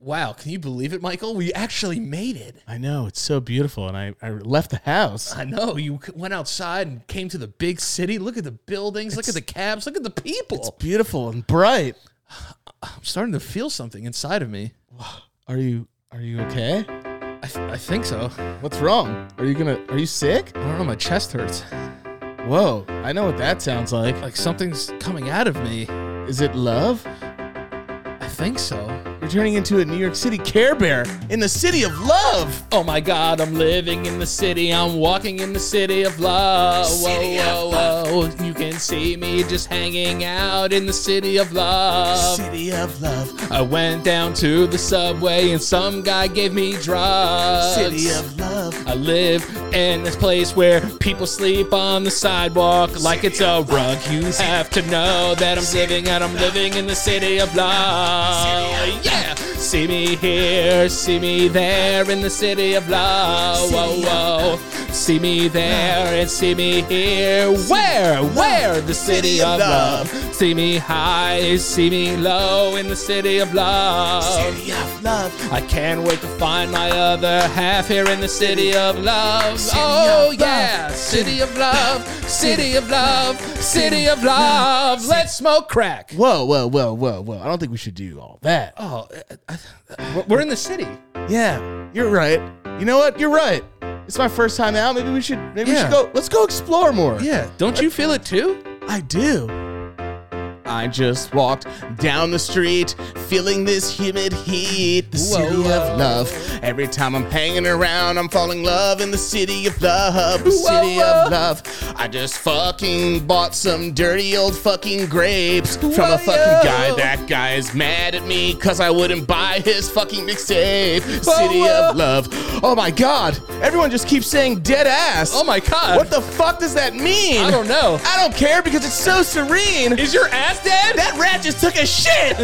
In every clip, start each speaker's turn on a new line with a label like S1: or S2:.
S1: Wow, can you believe it, Michael? We actually made it.
S2: I know it's so beautiful, and I, I left the house.
S1: I know you c- went outside and came to the big city. Look at the buildings, look at the cabs, look at the people.
S2: Beautiful and bright.
S1: I'm starting to feel something inside of me.
S2: Are you Are you okay?
S1: I, th- I think so. I
S2: What's wrong? Are you gonna Are you sick?
S1: don't know, my chest hurts.
S2: Whoa! I know what that sounds like.
S1: Like something's coming out of me.
S2: Uh, Is it love?
S1: I think so.
S2: You're turning into a New York City Care Bear in the city of love.
S1: Oh my god, I'm living in the city. I'm walking in the city of love.
S2: City
S1: whoa,
S2: of
S1: whoa, whoa. You can see me just hanging out in the city of love.
S2: City of love.
S1: I went down to the subway and some guy gave me drugs.
S2: City of love.
S1: I live in this place where people sleep on the sidewalk like it's a rug. You have to know that I'm living and I'm living in the city of love. Yeah! See me here, see me there in the city of love. Whoa, whoa. See me there and see me here. Where? Where? The city of love. See me high, see me low in the city of love.
S2: City of love.
S1: I can't wait to find my other half here in the city of love. oh
S2: of love.
S1: yeah, city of love, city of love, city of love. Let's smoke crack.
S2: Whoa, whoa, whoa, whoa, whoa. I don't think we should do all that.
S1: Oh, I- I- we're in the city.
S2: Uh, Yeah, you're right. You know what? You're right. It's my first time out. Maybe we should maybe we
S1: Yeah.
S2: should go let's go explore more.
S1: Yeah, don't you feel it too?
S2: I do. I just walked down the street, feeling this humid heat, the
S1: Whoa,
S2: city
S1: whoa.
S2: of love. Every time I'm hanging around, I'm falling in love in the city of love, the
S1: Whoa,
S2: city
S1: whoa.
S2: of love. I just fucking bought some dirty old fucking grapes from
S1: Whoa,
S2: a fucking
S1: yo.
S2: guy. That guy is mad at me cause I wouldn't buy his fucking mixtape. City
S1: whoa.
S2: of love. Oh my god, everyone just keeps saying dead ass.
S1: Oh my god.
S2: What the fuck does that mean?
S1: I don't know.
S2: I don't care because it's so serene.
S1: Is your ass dead?
S2: That rat just took a shit.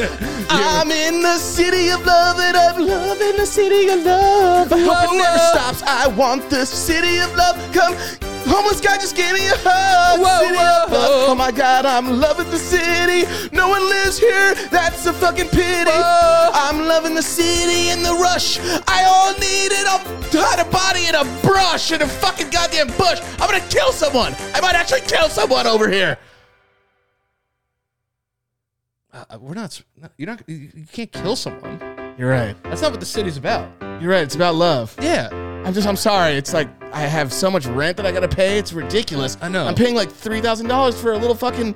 S2: I'm in the city of love and of love in the city of love. I hope
S1: Whoa,
S2: it never
S1: whoa.
S2: stops. I want the city of love. Come, homeless guy just gave me a hug.
S1: Whoa,
S2: city of
S1: whoa.
S2: love. Oh my god, I'm loving the city. No one lives here. That's a fucking pity.
S1: Whoa.
S2: I'm loving the city and the rush. I all need it. I'm tired of body and a brush and a fucking goddamn bush. I'm gonna kill someone. I might actually kill someone over here.
S1: Uh, we're not. s- no, You're not. You you can't kill someone.
S2: You're right.
S1: That's not what the city's about.
S2: You're right. It's about love.
S1: Yeah.
S2: I'm just, I'm sorry. It's like I have so much rent that I gotta pay. It's ridiculous.
S1: I know.
S2: I'm paying like three thousand dollars for a little fucking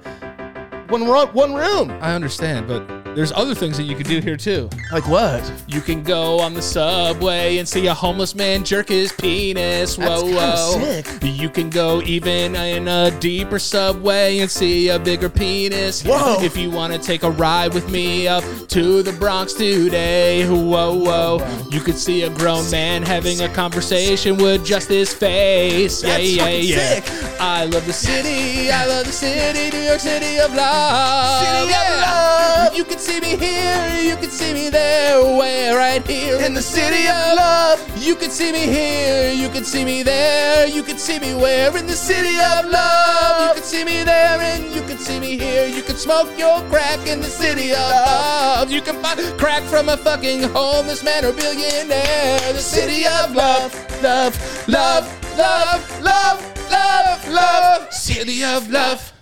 S2: one ro- one room.
S1: I understand, but there's other things that you could do here too.
S2: Like what?
S1: You can go on the subway and see a homeless man jerk his penis. Whoa,
S2: That's kinda
S1: whoa.
S2: sick.
S1: You can go even in a deeper subway and see a bigger penis.
S2: Whoa.
S1: If you want to take a ride with me up to the Bronx today, whoa, whoa. You could see a grown man having a conversation with just his face. Yeah,
S2: That's
S1: yeah,
S2: fucking
S1: yeah.
S2: sick.
S1: I love the city. I love the city, New York City of love.
S2: City of
S1: Yeah.
S2: love.
S1: You can see me here, you can see me there, where right here
S2: In the city of love.
S1: You can see me here, you can see me there, you can see me where in the city of love. You can see me there and you can see me here. You can smoke your crack in the city of love. You can buy crack from a fucking homeless man or billionaire. The city of love, love, love, love, love, love, love. City of love.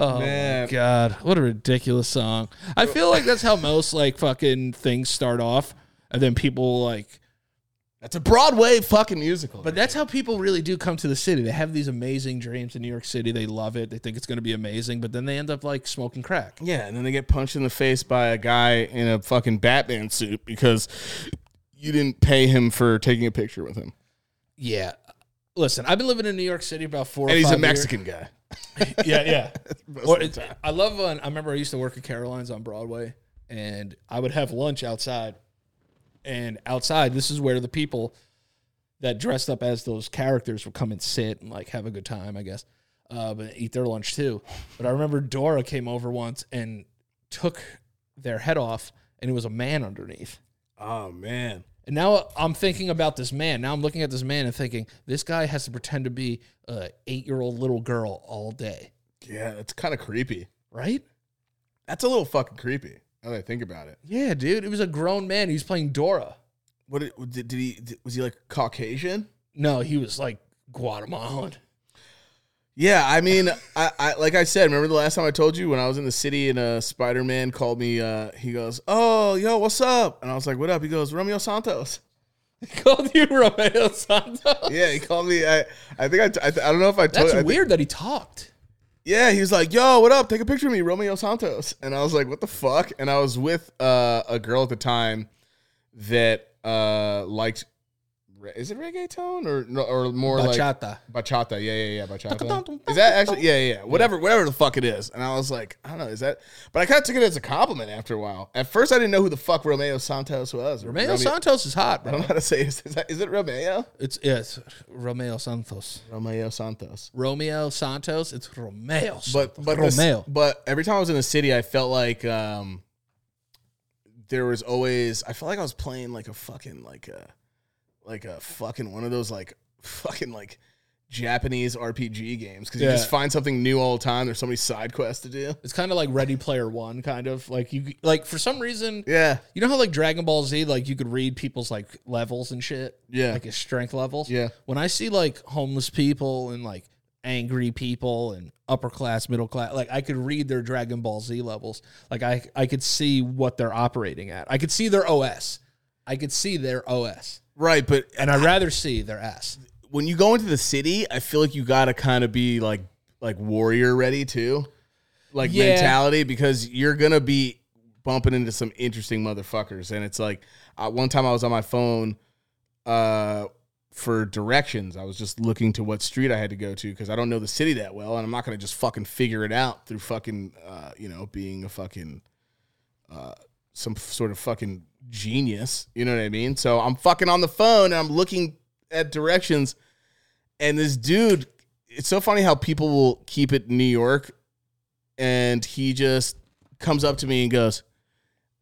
S1: Oh
S2: Man.
S1: god, what a ridiculous song! I feel like that's how most like fucking things start off, and then people like.
S2: That's a Broadway fucking musical.
S1: But that's how people really do come to the city. They have these amazing dreams in New York City. They love it. They think it's going to be amazing, but then they end up like smoking crack.
S2: yeah, and then they get punched in the face by a guy in a fucking Batman suit because you didn't pay him for taking a picture with him,
S1: Yeah. Listen, I've been living in New York City about four. or
S2: and he's a
S1: five years.
S2: Mexican guy.
S1: yeah, yeah.
S2: Most
S1: Or
S2: of the
S1: it- I love when I remember I used to work at Caroline's on Broadway, and I would have lunch outside. And outside, this is where the people that dressed up as those characters would come and sit and like have a good time, I guess, uh, but eat their lunch too. But I remember Dora came over once and took their head off, and it was a man underneath.
S2: Oh man.
S1: And now I'm thinking about this man. Now I'm looking at this man and thinking, this guy has to pretend to be a eight year old little girl all day,
S2: Yeah, that's kind of creepy.
S1: right?
S2: That's a little fucking creepy. Now that I think about it,
S1: Yeah, dude. It was a grown man. He was playing Dora.
S2: what did, did, did he? Did, was he like Caucasian?
S1: No, he was like Guatemalan.
S2: Yeah, I mean, I, I like I said, remember the last time I told you when I was in the city and uh, Spider Man called me. Uh, he goes, "Oh, yo, what's up?" And I was like, "What up?" He goes, "Romeo Santos."
S1: Called you Romeo Santos.
S2: Yeah, he called me. I I think I t- I, th- I don't know if I told.
S1: That's
S2: I think-
S1: weird that he talked.
S2: yeah, he was like, "Yo, what up? Take a picture of me, Romeo Santos." And I was like, "What the fuck?" And I was with uh, a girl at the time that uh, liked. re- Is it reggaeton or no, or more like
S1: Bachata.
S2: Bachata, yeah, yeah, yeah, bachata. Is that actually? Yeah, yeah, yeah. Whatever, whatever the fuck it is. And I was like, I don't know, is that? But I kind of took it as a compliment after a while. At first, I didn't know who the fuck Romeo Santos was.
S1: Romeo Santos is hot,
S2: I don't
S1: bro.
S2: know how to say. Is, is, that, is it Romeo?
S1: It's yes, Romeo Santos.
S2: Romeo Santos.
S1: Romeo Santos. It's Romeo.
S2: But
S1: Santos.
S2: but this-
S1: Romeo.
S2: but every time I was in the city, I felt like um, there was always. I felt like I was playing like a fucking like a like a fucking one of those like fucking like. Japanese RPG games because you
S1: Yeah.
S2: just find something new all the time. There's so many side quests to do.
S1: it's kind of like Ready Player One, kind of like you like for some reason.
S2: Yeah.
S1: You know how like Dragon Ball Z, like you could read people's like levels and shit,
S2: Yeah.
S1: like his strength levels.
S2: yeah.
S1: When I see like homeless people and like angry people and upper class, middle class, like I could read their Dragon Ball Z levels. Like I I could see what they're operating at. I could see their OS. I could see their OS.
S2: Right, but
S1: And I'd rather see their S.
S2: when you go into the city, I feel like you got to kind of be like like warrior ready too. Like
S1: Yeah.
S2: mentality because you're going to be bumping into some interesting motherfuckers and it's like uh, one time I was on my phone uh for directions. I was just looking to what street I had to go to because I don't know the city that well, and I'm not going to just fucking figure it out through fucking, uh, you know, being a fucking, uh, some f- sort of fucking genius. You know what I mean? So I'm fucking on the phone and I'm looking at directions, and this dude. It's so funny how people will keep it in New York, and he just comes up to me and goes.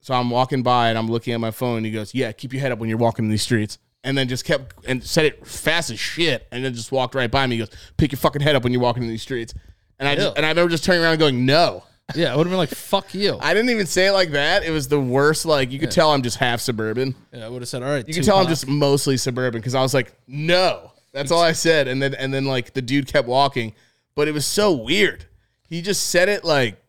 S2: So I'm walking by and I'm looking at my phone. And he goes, "Yeah, keep your head up when you're walking these streets." And then just kept and said it fast as shit, and then just walked right by me. He goes, "Pick your fucking head up when you're walking in these streets." And I
S1: Ew.
S2: just, and I remember just turning around and going, "No."
S1: Yeah, I would have been like, fuck you.
S2: I didn't even say it like that. It was the worst. Like you could tell I'm just half suburban.
S1: Yeah, I would have said, all right,
S2: You could tell I'm just mostly suburban because I was like, "No." That's all I said. And then and then like the dude kept walking, but it was so weird. He just said it like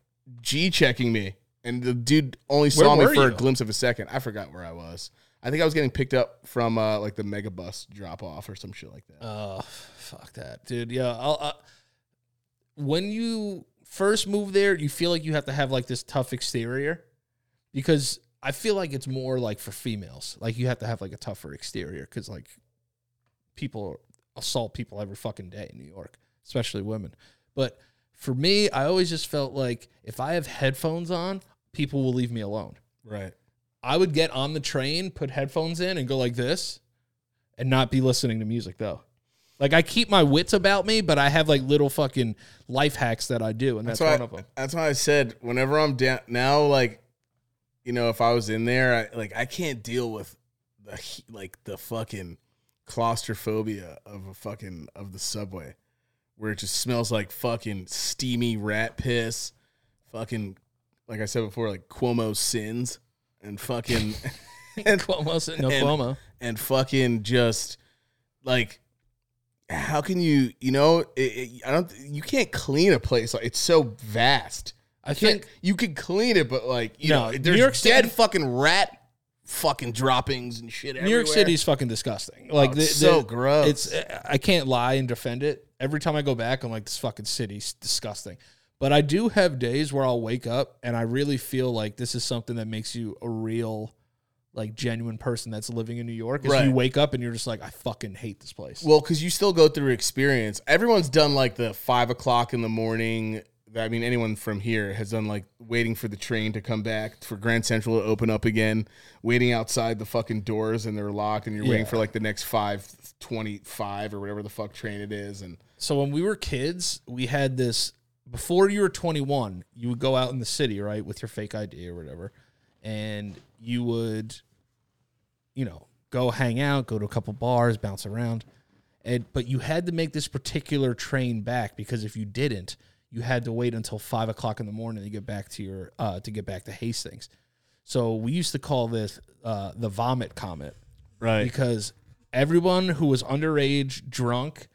S2: G checking me. And the dude only saw me
S1: were
S2: for a
S1: you?
S2: glimpse of a second. I forgot where I was. I think I was getting picked up from uh, like the mega bus drop off or some shit like that.
S1: Oh, fuck that, dude. Yeah, I'll, I, when you first move there, you feel like you have to have like this tough exterior because I feel like it's more like for females. Like you have to have like a tougher exterior because like people assault people every fucking day in New York, especially women. But for me, I always just felt like if I have headphones on, people will leave me alone.
S2: Right.
S1: I would get on the train, put headphones in, and go like this, and not be listening to music though. Like I keep my wits about me, but I have like little fucking life hacks that I do, and that's,
S2: why
S1: one of them.
S2: That's why I said whenever I'm down now, like you know, if I was in there, I, like I can't deal with the he- like the fucking claustrophobia of a fucking of the subway, where it just smells like fucking steamy rat piss, fucking like I said before, like Cuomo sins and fucking and
S1: Cuomo, no
S2: and-
S1: Cuomo.
S2: and fucking just like how can you you know it, it, i don't you can't clean a place like it's so vast
S1: I
S2: can't,
S1: think
S2: you could clean it, but like you
S1: No,
S2: know,
S1: New
S2: there's
S1: York City-
S2: dead fucking rat fucking droppings and shit.
S1: New York
S2: everywhere.
S1: City's fucking disgusting. Like
S2: Oh, it's
S1: the,
S2: so
S1: the-
S2: gross.
S1: It's I can't lie and defend it. Every time I go back, I'm like this fucking city's disgusting. But I do have days where I'll wake up and I really feel like this is something that makes you a real, like genuine person that's living in New York. Is
S2: Right.
S1: you wake up and you're just like, I fucking hate this place.
S2: well because you still go through experience. Everyone's done like the five o'clock in the morning. I mean, anyone from here has done like waiting for the train to come back for Grand Central to open up again, waiting outside the fucking doors and they're locked, and you're waiting
S1: Yeah.
S2: for like the next five twenty-five or whatever the fuck train it is, and
S1: So when we were kids, we had this before you were 21, you would go out in the city, right, with your fake ID or whatever, and you would you know, go hang out, go to a couple bars, bounce around. And but you had to make this particular train back because if you didn't, you had to wait until five o'clock in the morning to get back to your uh, to get back to Hastings. So we used to call this uh, the vomit comet
S2: Right.
S1: because everyone who was underage drunk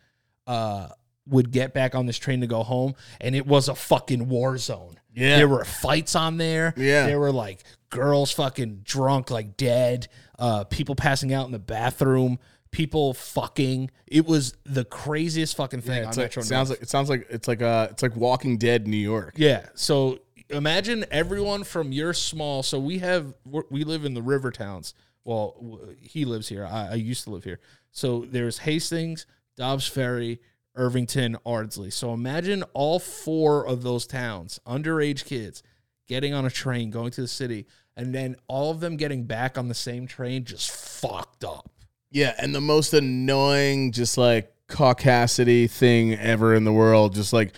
S1: uh, would get back on this train to go home, and it was a fucking war zone.
S2: Yeah.
S1: there were fights on there.
S2: Yeah.
S1: there were like girls fucking drunk, like dead. Uh, people passing out in the bathroom. People fucking. It was the craziest fucking thing.
S2: Yeah,
S1: on
S2: it's like,
S1: Metro
S2: sounds like it sounds like it's like uh it's like Walking Dead New York.
S1: yeah. So imagine everyone from your small. So we have we're- we live in the river towns. Well, w- he lives here. I, I used to live here. So there's Hastings, Dobbs Ferry, Irvington, Ardsley. So imagine all four of those towns, underage kids, getting on a train going to the city, and then all of them getting back on the same train, just fucked up.
S2: Yeah, and the most annoying, just like caucasity thing ever in the world. Just like,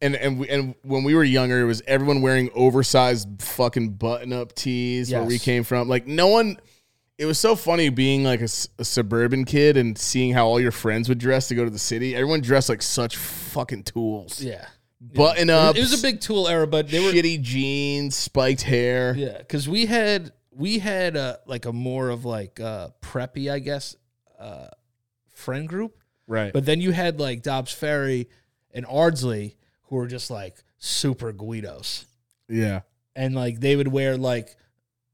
S2: and and we, and when we were younger, it was everyone wearing oversized fucking button up tees where we
S1: Yes.
S2: came from. Like no one. It was so funny being like a, s- a suburban kid and seeing how all your friends would dress to go to the city. Everyone dressed like such fucking tools.
S1: Yeah.
S2: Button up.
S1: It was a big tool era, but they were
S2: shitty jeans, spiked hair.
S1: Yeah, because we had we had uh, like a more of like uh, preppy, I guess, uh, friend group.
S2: Right.
S1: But then you had like Dobbs Ferry and Ardsley, who were just like super Guidos,
S2: yeah.
S1: and like they would wear like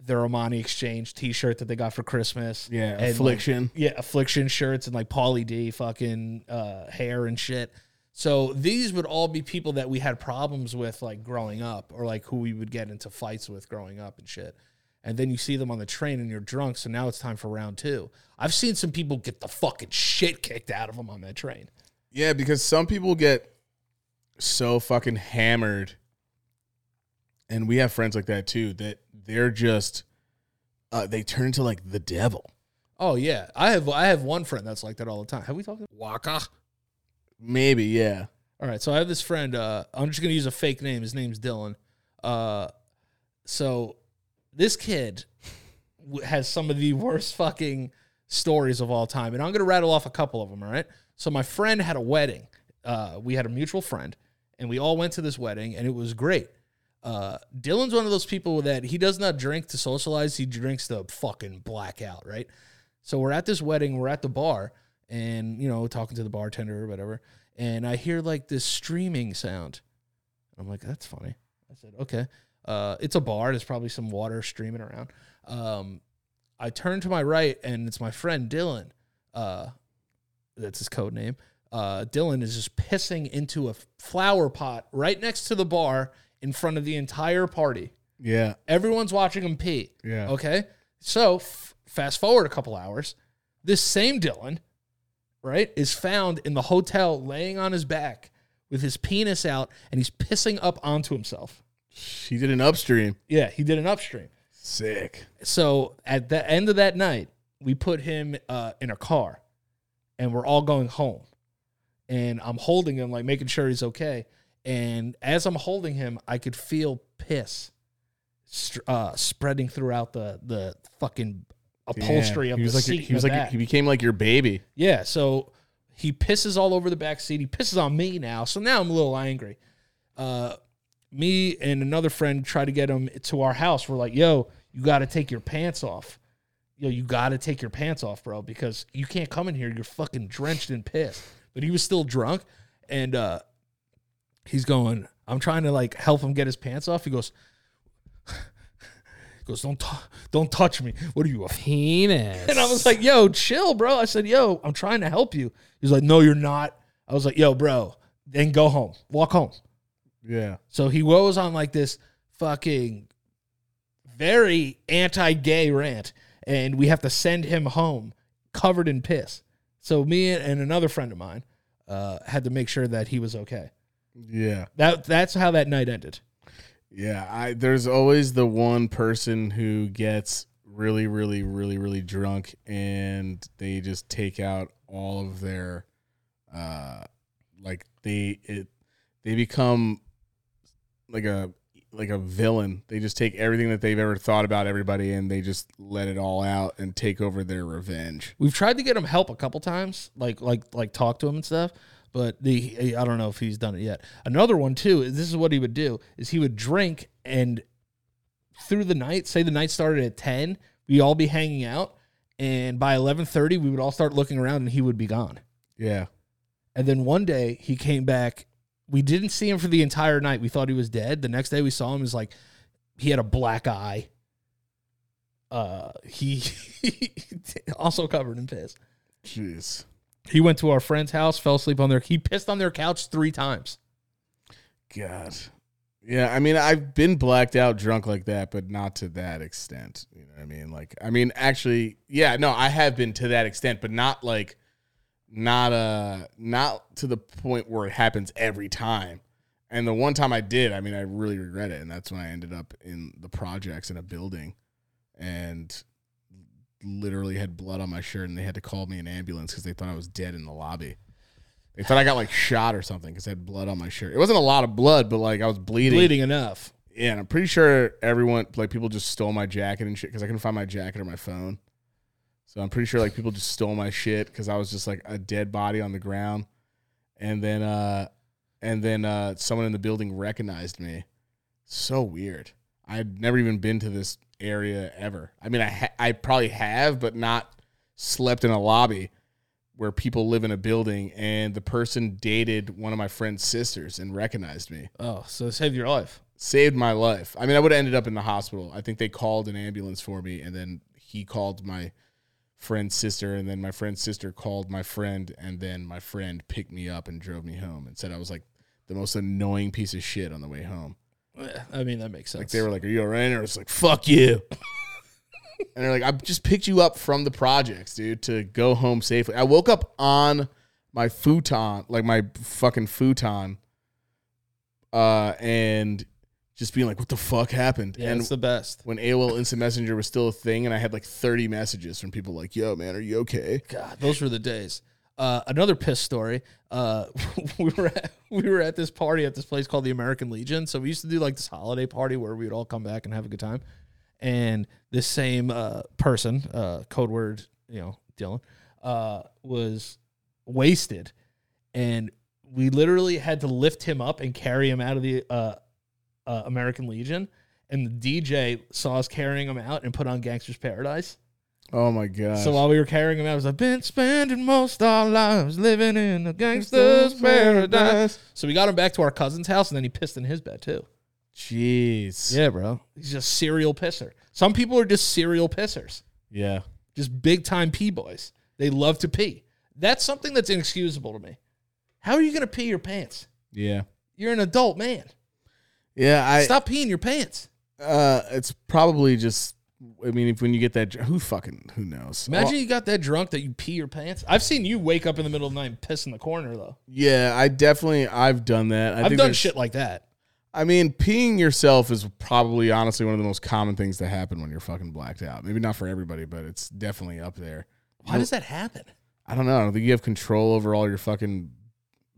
S1: the Romani Exchange T-shirt that they got for Christmas.
S2: Yeah.
S1: And, like,
S2: affliction.
S1: Yeah, affliction shirts and like Pauly D fucking uh, hair and shit. So these would all be people that we had problems with like growing up or like who we would get into fights with growing up and shit. And then you see them on the train and you're drunk, so now it's time for round two. I've seen some people get the fucking shit kicked out of them on that train.
S2: Yeah, because some people get so fucking hammered. And we have friends like that too that they're just uh, they turn into like the devil.
S1: Oh yeah, I have I have one friend that's like that all the time. Have we talked? About Waka.
S2: Maybe, yeah.
S1: All right, so I have this friend. Uh, I'm just gonna use a fake name. His name's Dylan. Uh, so this kid w- has some of the worst fucking stories of all time, and I'm gonna rattle off a couple of them. All right. So my friend had a wedding. Uh, we had a mutual friend, and we all went to this wedding, and it was great. Uh, Dylan's one of those people that he does not drink to socialize. He drinks to fucking blackout, right? So we're at this wedding, we're at the bar, and you know, talking to the bartender or whatever, and I hear like this streaming sound. I'm like, that's funny. I said, okay. Uh, it's a bar. There's probably some water streaming around. Um, I turn to my right, and it's my friend Dylan. Uh, that's his code name. Uh, Dylan is just pissing into a flower pot right next to the bar in front of the entire party.
S2: Yeah.
S1: Everyone's watching him pee.
S2: Yeah.
S1: Okay. So f- fast forward a couple hours. This same Dylan, right, is found in the hotel laying on his back with his penis out and he's pissing up onto himself.
S2: He did an upstream.
S1: Yeah, he did an upstream.
S2: Sick.
S1: So at the end of that night, we put him uh, in a car and we're all going home. And I'm holding him, like making sure he's okay. And as I'm holding him, I could feel piss str- uh, spreading throughout the, the fucking upholstery
S2: Yeah.
S1: of
S2: he was
S1: the
S2: like
S1: seat.
S2: he was
S1: in
S2: like
S1: the back.
S2: he became like your baby.
S1: Yeah, so he pisses all over the back seat. He pisses on me now. So now I'm a little angry. Uh, me and another friend try to get him to our house. We're like, yo, you got to take your pants off. Yo, you got to take your pants off, bro, because you can't come in here. You're fucking drenched in piss. But he was still drunk. And uh, he's going, I'm trying to like help him get his pants off. He goes, he goes, don't, t- don't touch me. What are you, a
S3: Penis.
S1: and I was like, yo, chill, bro. I said, yo, I'm trying to help you. He's like, no, you're not. I was like, yo, bro, then go home, walk home.
S2: Yeah.
S1: So he goes on like this fucking very anti gay rant, and we have to send him home covered in piss. So me and another friend of mine uh, had to make sure that he was okay.
S2: Yeah.
S1: That that's how that night ended.
S2: Yeah, I there's always the one person who gets really, really, really, really drunk and they just take out all of their uh like they it they become like a like a villain. They just take everything that they've ever thought about everybody and they just let it all out and take over their revenge.
S1: We've tried to get him help a couple times, like like like talk to him and stuff, but the I don't know if he's done it yet. Another one too is this is what he would do is he would drink and through the night, say the night started at 10, we'd all be hanging out and by 11:30 we would all start looking around and he would be gone.
S2: Yeah.
S1: And then one day he came back. We didn't see him for the entire night. We thought he was dead. The next day we saw him is like he had a black eye. Uh he also covered in piss.
S2: Jeez.
S1: He went to our friend's house, fell asleep on their he pissed on their couch 3 times.
S2: God. Yeah, I mean, I've been blacked out drunk like that, but not to that extent. You know what I mean? Like, I mean, actually, yeah, no, I have been to that extent, but not like, not uh, not to the point where it happens every time. And the one time I did, I mean, I really regret it, and that's when I ended up in the projects in a building, and literally had blood on my shirt, and they had to call me an ambulance because they thought I was dead in the lobby. They thought I got like shot or something because I had blood on my shirt. It wasn't a lot of blood, but like I was bleeding.
S1: Bleeding enough.
S2: Yeah, and I'm pretty sure everyone, like people just stole my jacket and shit because I couldn't find my jacket or my phone. So I'm pretty sure like people just stole my shit because I was just like a dead body on the ground. And then, uh, and then uh, someone in the building recognized me. So weird. I had never even been to this area ever. I mean, I ha- I probably have, but not slept in a lobby where people live in a building. And the person dated one of my friend's sisters and recognized me
S1: Oh, so saved your life.
S2: saved my life. I mean, I would have ended up in the hospital. I think they called an ambulance for me, and then he called my friend's sister, and then my friend's sister called my friend, and then my friend picked me up and drove me home and said I was like the most annoying piece of shit on the way home.
S1: Eh, I mean, that makes sense.
S2: Like they were like, "Are you alright?" And I was like, "Fuck you." and they're like, "I just picked you up from the projects, dude, to go home safely." I woke up on my futon, like my fucking futon, uh, and just being like, "What the fuck happened?"
S1: yeah,
S2: and
S1: it's the best.
S2: when AOL Instant Messenger was still a thing, and I had like thirty messages from people like, "Yo, man, are you okay?"
S1: God, those were the days. Uh, another piss story. Uh, we were at, we were at this party at this place called the American Legion. So we used to do like this holiday party where we would all come back and have a good time. And this same uh, person, uh, code word, you know, Dylan, uh, was wasted, and we literally had to lift him up and carry him out of the uh, uh, American Legion. And the DJ saw us carrying him out and put on Gangster's Paradise.
S2: Oh my god!
S1: So uh, while we were carrying him out, I was like, been spending most our lives living in a gangster's paradise. So we got him back to our cousin's house, and then he pissed in his bed too.
S2: Jeez.
S1: Yeah, bro. He's just serial pisser. Some people are just serial pissers,
S2: Yeah.
S1: just big time pee boys. They love to pee. That's something that's inexcusable to me. How are you gonna pee your pants?
S2: Yeah.
S1: You're an adult man.
S2: Yeah. I.
S1: Stop peeing your pants.
S2: Uh, it's probably just. I mean, if when you get that, dr- who fucking who knows?
S1: Imagine you got that drunk that you pee your pants. I've seen you wake up in the middle of the night and piss in the corner though.
S2: Yeah, I definitely I've done that. I
S1: I've done
S2: there's-
S1: shit like that.
S2: I mean, peeing yourself is probably honestly one of the most common things to happen when you're fucking blacked out. Maybe not for everybody, but it's definitely up there.
S1: Why does that happen?
S2: I don't know. I don't think you have control over all your fucking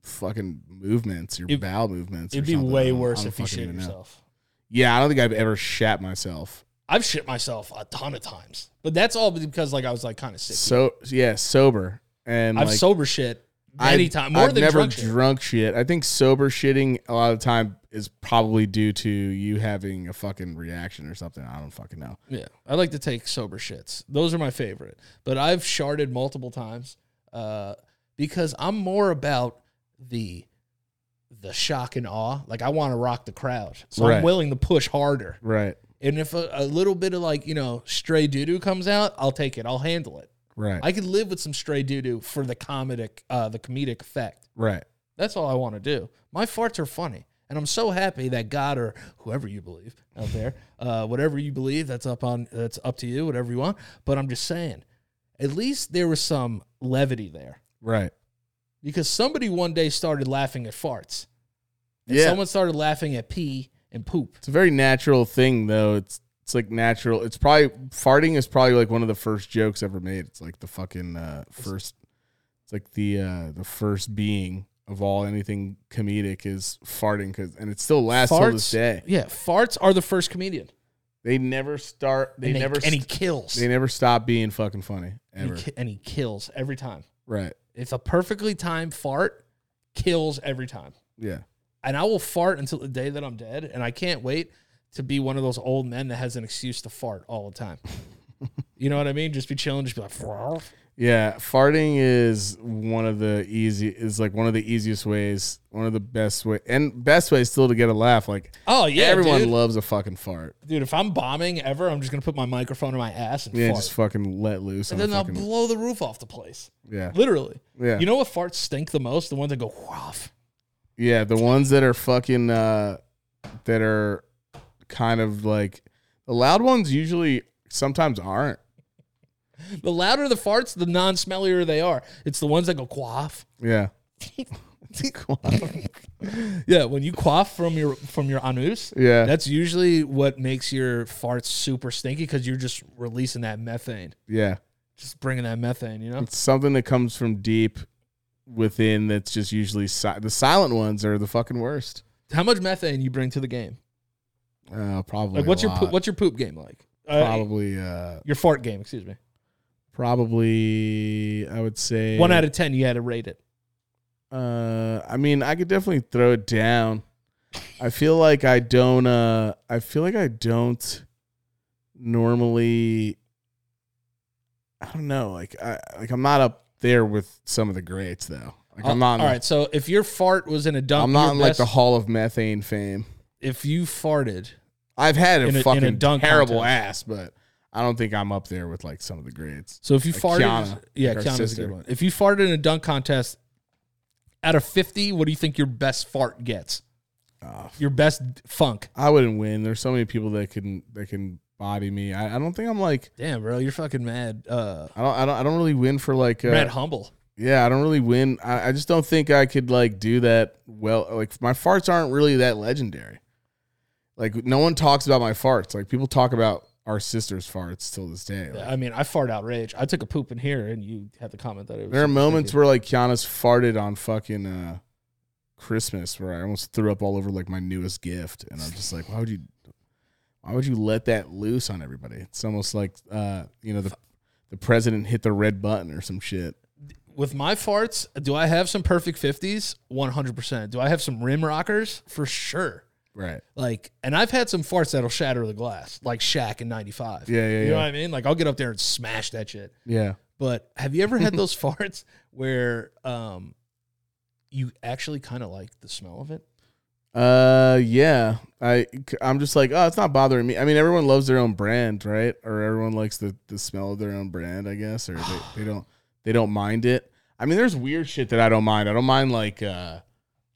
S2: fucking movements, your
S1: It-
S2: bowel movements. or
S1: It'd be
S2: something. I
S1: way
S2: don't- I
S1: worse
S2: don't
S1: if you
S2: fucking
S1: shit
S2: even know.
S1: yourself.
S2: Yeah, I don't think I've ever shat myself.
S1: I've shit myself a ton of times, but that's all because like I was like kind of sick.
S2: So yeah, sober and
S1: I've
S2: like,
S1: sober shit many
S2: I've-
S1: times more
S2: I've
S1: than
S2: never
S1: drunk shit.
S2: drunk shit. I think sober shitting a lot of the time is probably due to you having a fucking reaction or something. I don't fucking know.
S1: yeah, I like to take sober shits. Those are my favorite. But I've sharded multiple times uh, because I'm more about the the shock and awe. Like I want to rock the crowd, so I'm
S2: Right.
S1: willing to push harder.
S2: Right,
S1: And if a, a little bit of like you know stray doo doo comes out, I'll take it. I'll handle it.
S2: right,
S1: I could live with some stray doo doo for the comedic uh, the comedic effect.
S2: right.
S1: That's all I want to do. My farts are funny. And I'm so happy that God or whoever you believe out there, uh, whatever you believe, that's up on that's up to you, whatever you want. But I'm just saying, at least there was some levity there.
S2: Right.
S1: Because somebody one day started laughing at farts. And
S2: Yeah.
S1: someone started laughing at pee and poop.
S2: It's a very natural thing though. It's it's like natural. It's probably farting is probably like one of the first jokes ever made. It's like the fucking uh, first it's like the uh, the first being of all anything comedic is farting cuz and it still lasts till this day.
S1: Yeah, farts are the first comedian.
S2: They never start they,
S1: and
S2: never
S1: and he
S2: st-
S1: kills.
S2: they never stop being fucking funny
S1: And
S2: ever.
S1: he ki- and he kills every time.
S2: Right.
S1: It's a perfectly timed fart kills every time.
S2: Yeah.
S1: And I will fart until the day that I'm dead. And I can't wait to be one of those old men that has an excuse to fart all the time. you know what I mean? Just be chilling, just be like, "Farf."
S2: Yeah, farting is one of the easy is like one of the easiest ways, one of the best way and best ways still to get a laugh. Like
S1: oh yeah,
S2: everyone
S1: dude.
S2: loves a fucking fart.
S1: dude. If I'm bombing ever, I'm just gonna put my microphone in my ass and
S2: Yeah,
S1: fart,
S2: just fucking let loose.
S1: and
S2: on
S1: then
S2: a
S1: I'll
S2: fucking-
S1: blow the roof off the place.
S2: yeah,
S1: Literally.
S2: yeah,
S1: You know what farts stink the most? The ones that go woof.
S2: yeah. The ones that are fucking uh, that are kind of like the loud ones usually sometimes aren't.
S1: The louder the farts, the non-smellier they are. It's the ones that go quaff.
S2: Yeah,
S1: Yeah, when you quaff from your from your anus,
S2: yeah,
S1: that's usually what makes your farts super stinky because you're just releasing that methane,
S2: yeah.
S1: just bringing that methane. You know,
S2: It's something that comes from deep within. That's just usually si- the silent ones are the fucking worst.
S1: how much methane you bring to the game?
S2: Uh, probably.
S1: Like, what's
S2: a
S1: your po-
S2: lot.
S1: what's your poop game like? Uh,
S2: probably uh
S1: your fart game, excuse me.
S2: probably I would say
S1: One out of ten, you had to rate it.
S2: uh I mean I could definitely throw it down. I feel like I don't uh I feel like I don't normally I don't know like I like I'm not up there with some of the greats though. Like I'm not in
S1: Uh, All
S2: the-
S1: right, so if your fart was in a dump,
S2: I'm not
S1: your
S2: in like
S1: best-
S2: the Hall of Methane fame.
S1: if you farted,
S2: I've had a
S1: In a- in a
S2: fucking
S1: dunk
S2: terrible
S1: contest.
S2: ass, but I don't think I'm up there with like some of the greats.
S1: so if you
S2: Like
S1: farted,
S2: Kiana,
S1: yeah,
S2: like our
S1: Kiana's a
S2: sister.
S1: good one. If you farted in a dunk contest, out of fifty, what do you think your best fart gets?
S2: Uh,
S1: Your best funk.
S2: I wouldn't win. There's so many people that can that can body me. I, I don't think I'm like
S1: Damn, bro, you're fucking mad. Uh,
S2: I don't I don't I don't really win for like
S1: mad
S2: uh,
S1: humble.
S2: yeah I don't really win. I, I just don't think I could like do that well. Like my farts aren't really that legendary. Like no one talks about my farts. Like people talk about our sister's farts till this day. Like,
S1: I mean, I fart out rage. I took a poop in here, and you had to comment that it was.
S2: there are moments where like Kiana's farted on fucking uh, Christmas where I almost threw up all over like my newest gift, and I'm just like, why would you, why would you let that loose on everybody? It's almost like uh, you know the the president hit the red button or some shit.
S1: with my farts, do I have some perfect fifties? One hundred percent. Do I have some rim rockers for sure?
S2: Right.
S1: Like, and I've had some farts that'll shatter the glass, like Shaq in '95.
S2: Yeah, yeah,
S1: You know
S2: yeah.
S1: what I mean? Like, I'll get up there and smash that shit.
S2: Yeah.
S1: But have you ever had those farts where um, you actually kind of like the smell of it?
S2: Uh yeah, I I'm just like oh it's not bothering me. I mean everyone loves their own brand, right? Or everyone likes the the smell of their own brand, I guess, or they, they don't they don't mind it. I mean there's weird shit that I don't mind. I don't mind like uh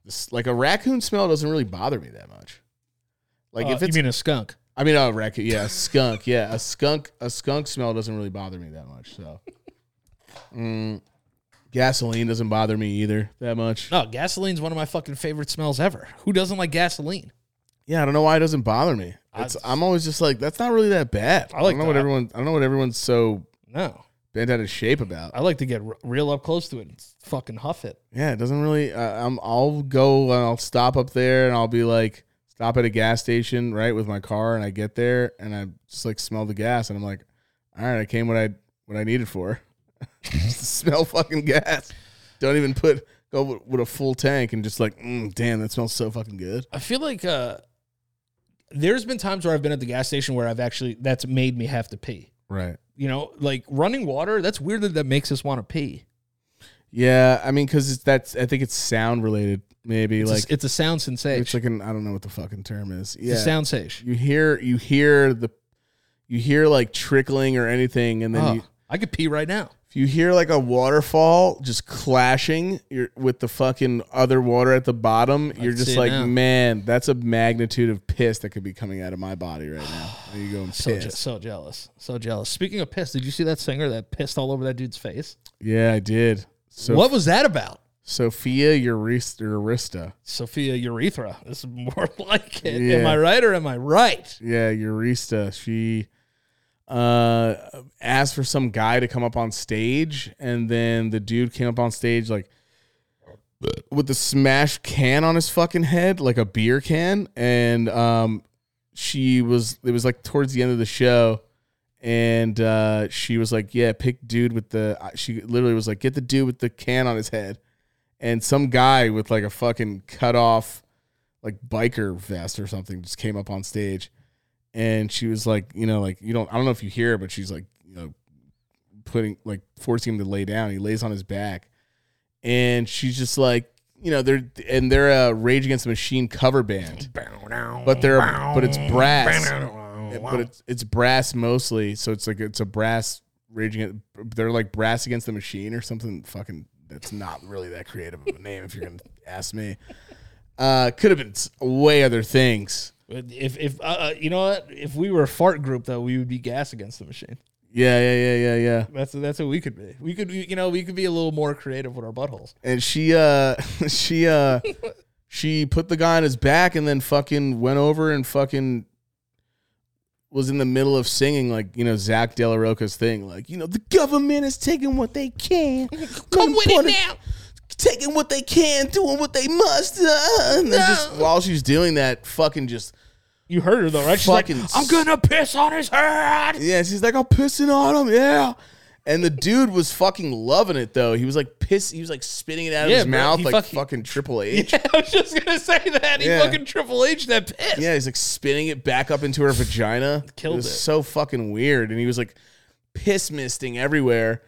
S2: this, like a raccoon smell doesn't really bother me that much. Like
S1: Uh,
S2: if it's
S1: you mean a skunk,
S2: I mean a raccoon, yeah, a skunk, yeah, a skunk a skunk smell doesn't really bother me that much. So, mm, gasoline doesn't bother me either that much.
S1: no, gasoline's one of my fucking favorite smells ever. Who doesn't like gasoline?
S2: Yeah, I don't know why it doesn't bother me.
S1: I-
S2: It's, I, am always just like, that's not really that bad.
S1: I like
S2: don't know what
S1: that.
S2: everyone. I don't know what everyone's so
S1: No,
S2: bent out of shape about.
S1: I like to get r- real up close to it and fucking huff it.
S2: Yeah, it doesn't really. Uh, I'm. I'll go and I'll stop up there and I'll be like, stop at a gas station, right, with my car, and I get there and I just like smell the gas and I'm like, all right, I came what I what I needed for. Just smell fucking gas. Don't even put go with, with a full tank and just like, mm, damn, that smells so fucking good.
S1: I feel like uh, there's been times where I've been at the gas station where I've actually that's made me have to pee.
S2: Right.
S1: You know, like running water. That's weird that that makes us want to pee.
S2: Yeah, I mean, because that's. I think it's sound related. Maybe
S1: It's,
S2: like
S1: a, it's a sound sensation.
S2: It's like an I don't know what the fucking term is. Yeah,
S1: It's a sound sensation.
S2: you hear you hear the you hear like trickling or anything, and then
S1: Oh,
S2: you,
S1: I could pee right now.
S2: if you hear like a waterfall just clashing your, with the fucking other water at the bottom. you're
S1: can
S2: just
S1: see it
S2: like,
S1: now.
S2: man, that's a magnitude of piss that could be coming out of my body right now. There you go, and
S1: So je-
S2: piss.
S1: so jealous. So jealous. Speaking of piss, did you see that singer that pissed all over that dude's face?
S2: Yeah, I did. So
S1: what was that about?
S2: Sophia Eurista. Eurista.
S1: Sophia Urethra. This is more like it. Am
S2: Yeah.
S1: I right or am I right?
S2: Yeah, Eurista. She uh asked for some guy to come up on stage, and then the dude came up on stage like with the smashed can on his fucking head, like a beer can, and um she was it was like towards the end of the show and uh she was like yeah pick dude with the she literally was like get the dude with the can on his head and some guy with like a fucking cut off like biker vest or something just came up on stage and she was like you know like you don't i don't know if you hear her but she's like you know putting like forcing him to lay down he lays on his back and she's just like you know they're and they're a rage against the machine cover band but they're but it's brass but it's it's brass mostly so it's like it's a brass raging at they're like brass against the machine or something fucking that's not really that creative of a name if you're gonna ask me uh could have been s- way other things
S1: If if uh, uh, you know what, if we were a fart group though, we would be gas against the machine.
S2: yeah yeah yeah yeah yeah
S1: That's that's what we could be. We could you know we could be a little more creative with our buttholes.
S2: and she uh she uh she put the guy on his back and then fucking went over and fucking was in the middle of singing like you know Zach De La Roca's thing like you know the government is taking what they can come with it now taking what they can doing what they must uh, and then just while she's doing that fucking just
S1: You heard her though, right? She's like,
S2: Fucking
S1: I'm
S2: s-
S1: gonna piss on his head.
S2: yeah she's like I'm pissing on him yeah and the dude was fucking loving it though he was like piss he was like spitting it out of
S1: Yeah,
S2: his
S1: bro,
S2: mouth
S1: he
S2: like
S1: fucking-
S2: fucking Triple H
S1: I was just gonna say that he
S2: Yeah.
S1: fucking Triple H that piss.
S2: Yeah, he's like spinning it back up into her vagina.
S1: Killed
S2: it. Was
S1: it.
S2: So fucking weird. And he was like piss misting everywhere,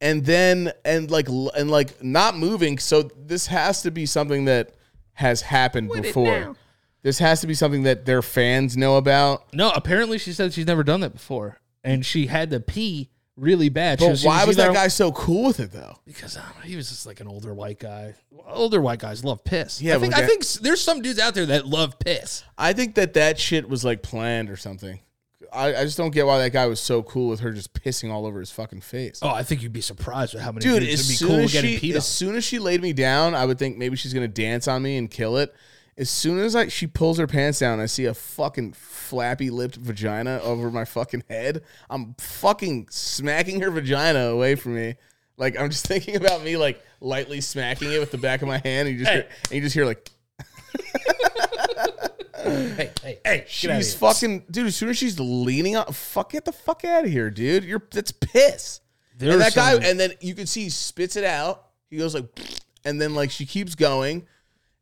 S2: and then and like l- and like not moving. So this has to be something that has happened before. This has to be something that their fans know about.
S1: No, apparently she said she's never done that before, and she had to pee really bad. She
S2: But why
S1: she
S2: was that
S1: either-
S2: guy so cool with it though?
S1: Because I don't know, he was just like an older white guy. Older white guys love piss.
S2: Yeah,
S1: I think
S2: but
S1: I
S2: that-
S1: think s- there's some dudes out there that love piss.
S2: I think that that shit was like planned or something. I, I just don't get why that guy was so cool with her just pissing all over his fucking face.
S1: Oh, I think you'd be surprised at how many
S2: dude.
S1: dudes
S2: As
S1: would be
S2: soon
S1: cool
S2: as
S1: getting
S2: she,
S1: peed
S2: as
S1: on.
S2: soon as she laid me down, I would think maybe she's gonna dance on me and kill it. As soon as I, she pulls her pants down, I see a fucking flappy lipped vagina over my fucking head. I'm fucking smacking her vagina away from me. Like I'm just thinking about me like lightly smacking it with the back of my hand, and you just hear, and you just hear like
S1: Hey, hey, hey, get out of
S2: she's
S1: here.
S2: fucking dude. As soon as she's leaning on, fuck get the fuck out of here, dude. You're that's piss.
S1: There
S2: and
S1: are
S2: that guy,
S1: some-
S2: and then you can see he spits it out. He goes like, and then like she keeps going,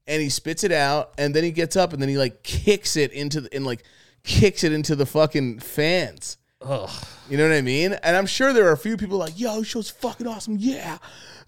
S2: and he spits it out, and then he gets up, and then he like kicks it into the and like kicks it into the fucking fans.
S1: Ugh.
S2: You know what I mean? And I'm sure there are a few people like, yo, this show's fucking awesome. Yeah,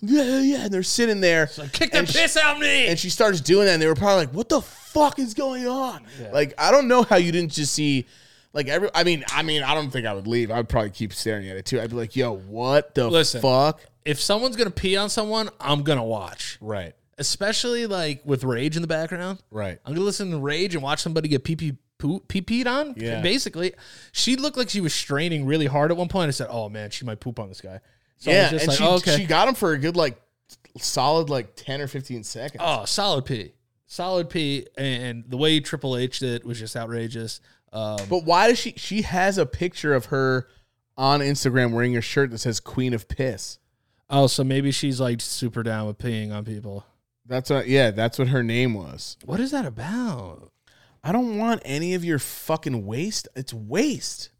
S2: yeah, yeah. yeah. And they're sitting there,
S1: Like, kick that
S2: and she-
S1: piss out of me.
S2: and she starts doing that, and they were probably like, "What the fuck is going on?" Like, I don't know how you didn't just see, like, every. I mean, I mean, I don't think I would leave. I would probably keep staring at it too. I'd be like, "Yo, what the
S1: Listen.
S2: fuck?"
S1: if someone's gonna pee on someone, I'm gonna watch.
S2: Right,
S1: Especially like with rage in the background.
S2: right.
S1: I'm gonna listen to Rage and watch somebody get pee pee poo pee peed on.
S2: Yeah.
S1: Basically, she looked like she was straining really hard at one point. I said, "Oh man, she might poop on this guy." So I was
S2: yeah,
S1: just
S2: and
S1: like,
S2: she
S1: "Oh, okay.
S2: she got him for a good like solid like ten or fifteen seconds.
S1: oh, solid pee, solid pee, and the way Triple H did was just outrageous. Um,
S2: But why does she? She has a picture of her on Instagram wearing a shirt that says "Queen of Piss."
S1: oh, so maybe she's like super down with peeing on people.
S2: That's what. Yeah, that's what her name was.
S1: What is that about?
S2: I don't want any of your fucking waste. It's waste.